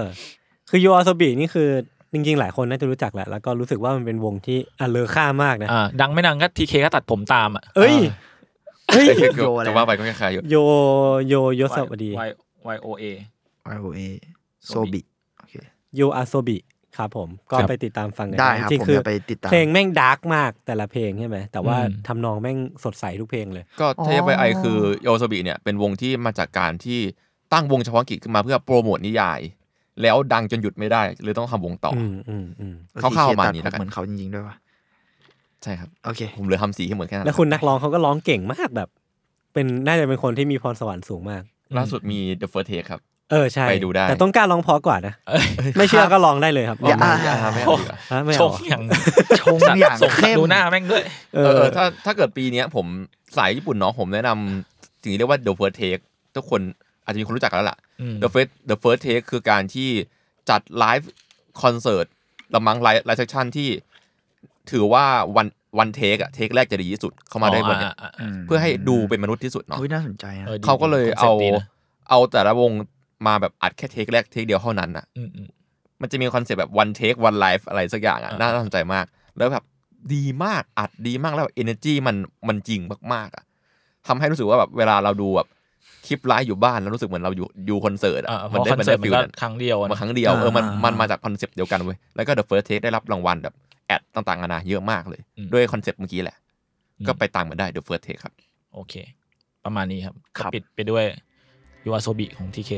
คือโยอาโซบินี่คือจริงๆ หลายคนน่าจะรู้จักแหละแล้วก็รู้สึกว่ามันเป็นวงที่อะเลอค่ามากนะ อ่าดังไม่ดังก็ทีเคก็ตัดผมตามอ่ะ เอ้ยเฮ้ย แต่เก่ง โยอะไร จะว่าไปก็คล้ายๆอยู่ โยโยโยสวัสดี ยยโอเอ I O A โซบิ โอเค ยูอาโซบิครับผมก็ ครับ ไปติดตามฟังกัน ได้ครับ จริง ผม ๆคือ จะไปติดตาม เพลงแม่งดาร์กมากแต่ละเพลงใช่ไหมแต่ว่า อืม ทำนองแม่งสดใสทุกเพลงเลย ก็ อ๋อ เทปไอคือโยโซบิเนี่ย เป็นวงที่มาจากการที่ตั้งวงเฉพาะกิจขึ้นมาเพื่อโปรโมทนิยาย แล้วดังจนหยุดไม่ได้เลยต้องทำวงต่ออ อืมอืมอืม คร่าวๆประมาณนี้ แล้ แล้ว ว กั กัน น เหมือนเขาจริงๆด้วยวะ ใช่ครับ โอเค ผมเหลือทำสีให้เหมือนแค่นั้น แล้วคุณนักร้องเขาก็ร้องเก่งมากแบบ เป็นน่าจะเป็นคนที่มีพรสวรรค์สูงมาก ล่าสุดมี The First Take ครับ เออใช่ ไปดูได้ แต่ต้องกล้าร้องเพอกว่านะไม่เชื่อก็ร้องได้เลยครับ อย่า ลง ไม่เอาไม่เอาดีกว่า ฮะไม่ ชงเอาเหรอ อย่าง ชงอย่าง ส่ง เข้ม ดูหน้าแม่งด้วย เอ เออเอ อ อถ้าถ้าเกิดปีเนี้ยผมสายญี่ปุ่นเนาะผมแนะนำสิ่งที่เรียกว่า The First Take ทุกคน อาจจะมีคนรู้จักกันแล้วล่ะ อืม The First The First Take คือการที่จัดไลฟ์คอนเสิร์ตละมังไลฟ์ไลฟ์เซสชั่นที่ถือว่าวันวันเทคอะเทคแรกจะดีที่สุดเข้ามาได้บนเนี่ย อ๋ออ่ะอ่ะ อืม เพื่อให้ดูเป็นมนุษย์ที่สุดเนาะ อุ๊ยน่าสนใจนะ ออดี เขาก็เลยเอา คอนซ็ปต์ดีนะ เอาแต่ละวงมาแบบอัดแค่เทคแรกเทคเดียวเท่านั้นน่ะ อืมอืม มันจะมีคอนเซปต์แบบวันเทควันไลฟ์อะไรสักอย่างอ่ะ อ่า น่าสนใจมาก แล้วแบบดีมากอัดดีมากแล้วเอเนจีมันมันจริงมากๆอ่ะทำให้รู้สึกว่าแบบเวลาเราดูแบบคลิปไลฟ์อยู่บ้านแล้วรู้สึกเหมือนเราอยู่อยู่คอนเสิร์ต อ่ะ อ่ะ เพ มัน ราะ ได้ คอน มัน เสิ ได้ ร์ตมันก็ฟิลนั้น ครั้งเดียวอะ มา นะ ครั้งเดียวเออมัน อ่ามั มันมาจากคอนเซปต์เดียวกันเว้ยแล้วก็ The First Take ได้รับรางวัลแบบแอดต่างๆนานาเยอะมากเลย อืม ด้วยคอนเซปต์เมื่อกี้แหละ อืม ก็ไปตามกันได้ The First Take ครับ โอเค ประมาณนี้ครับ ครับ ก็ปิดไปด้วยยูอาโซบิของทีเค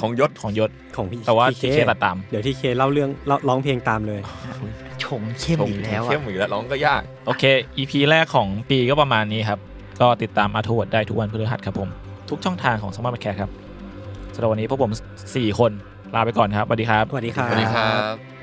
ของยศ ของยศ ของพี่ แต่ว่า ที TK ตัดตาม เดี๋ยวทีเคเล่าเรื่องเล่าร้องเพลงตามเลย ชงเข้มอีกแล้ว เข้ อ่ะ มอีกแล้วร้องก็ยาก โอเค EP แรกของปีก็ประมาณนี้ครับ ก็ติดตามอาร์ทวดได้ทุกวันพฤหัสครับผม ทุกช่องทางของสมาร์ทแคร์ครับสำหรับวันนี้พวกผม 4 คนลาไปก่อนครับสวัสดีครับ สวัสดีครับ สวัสดีครับ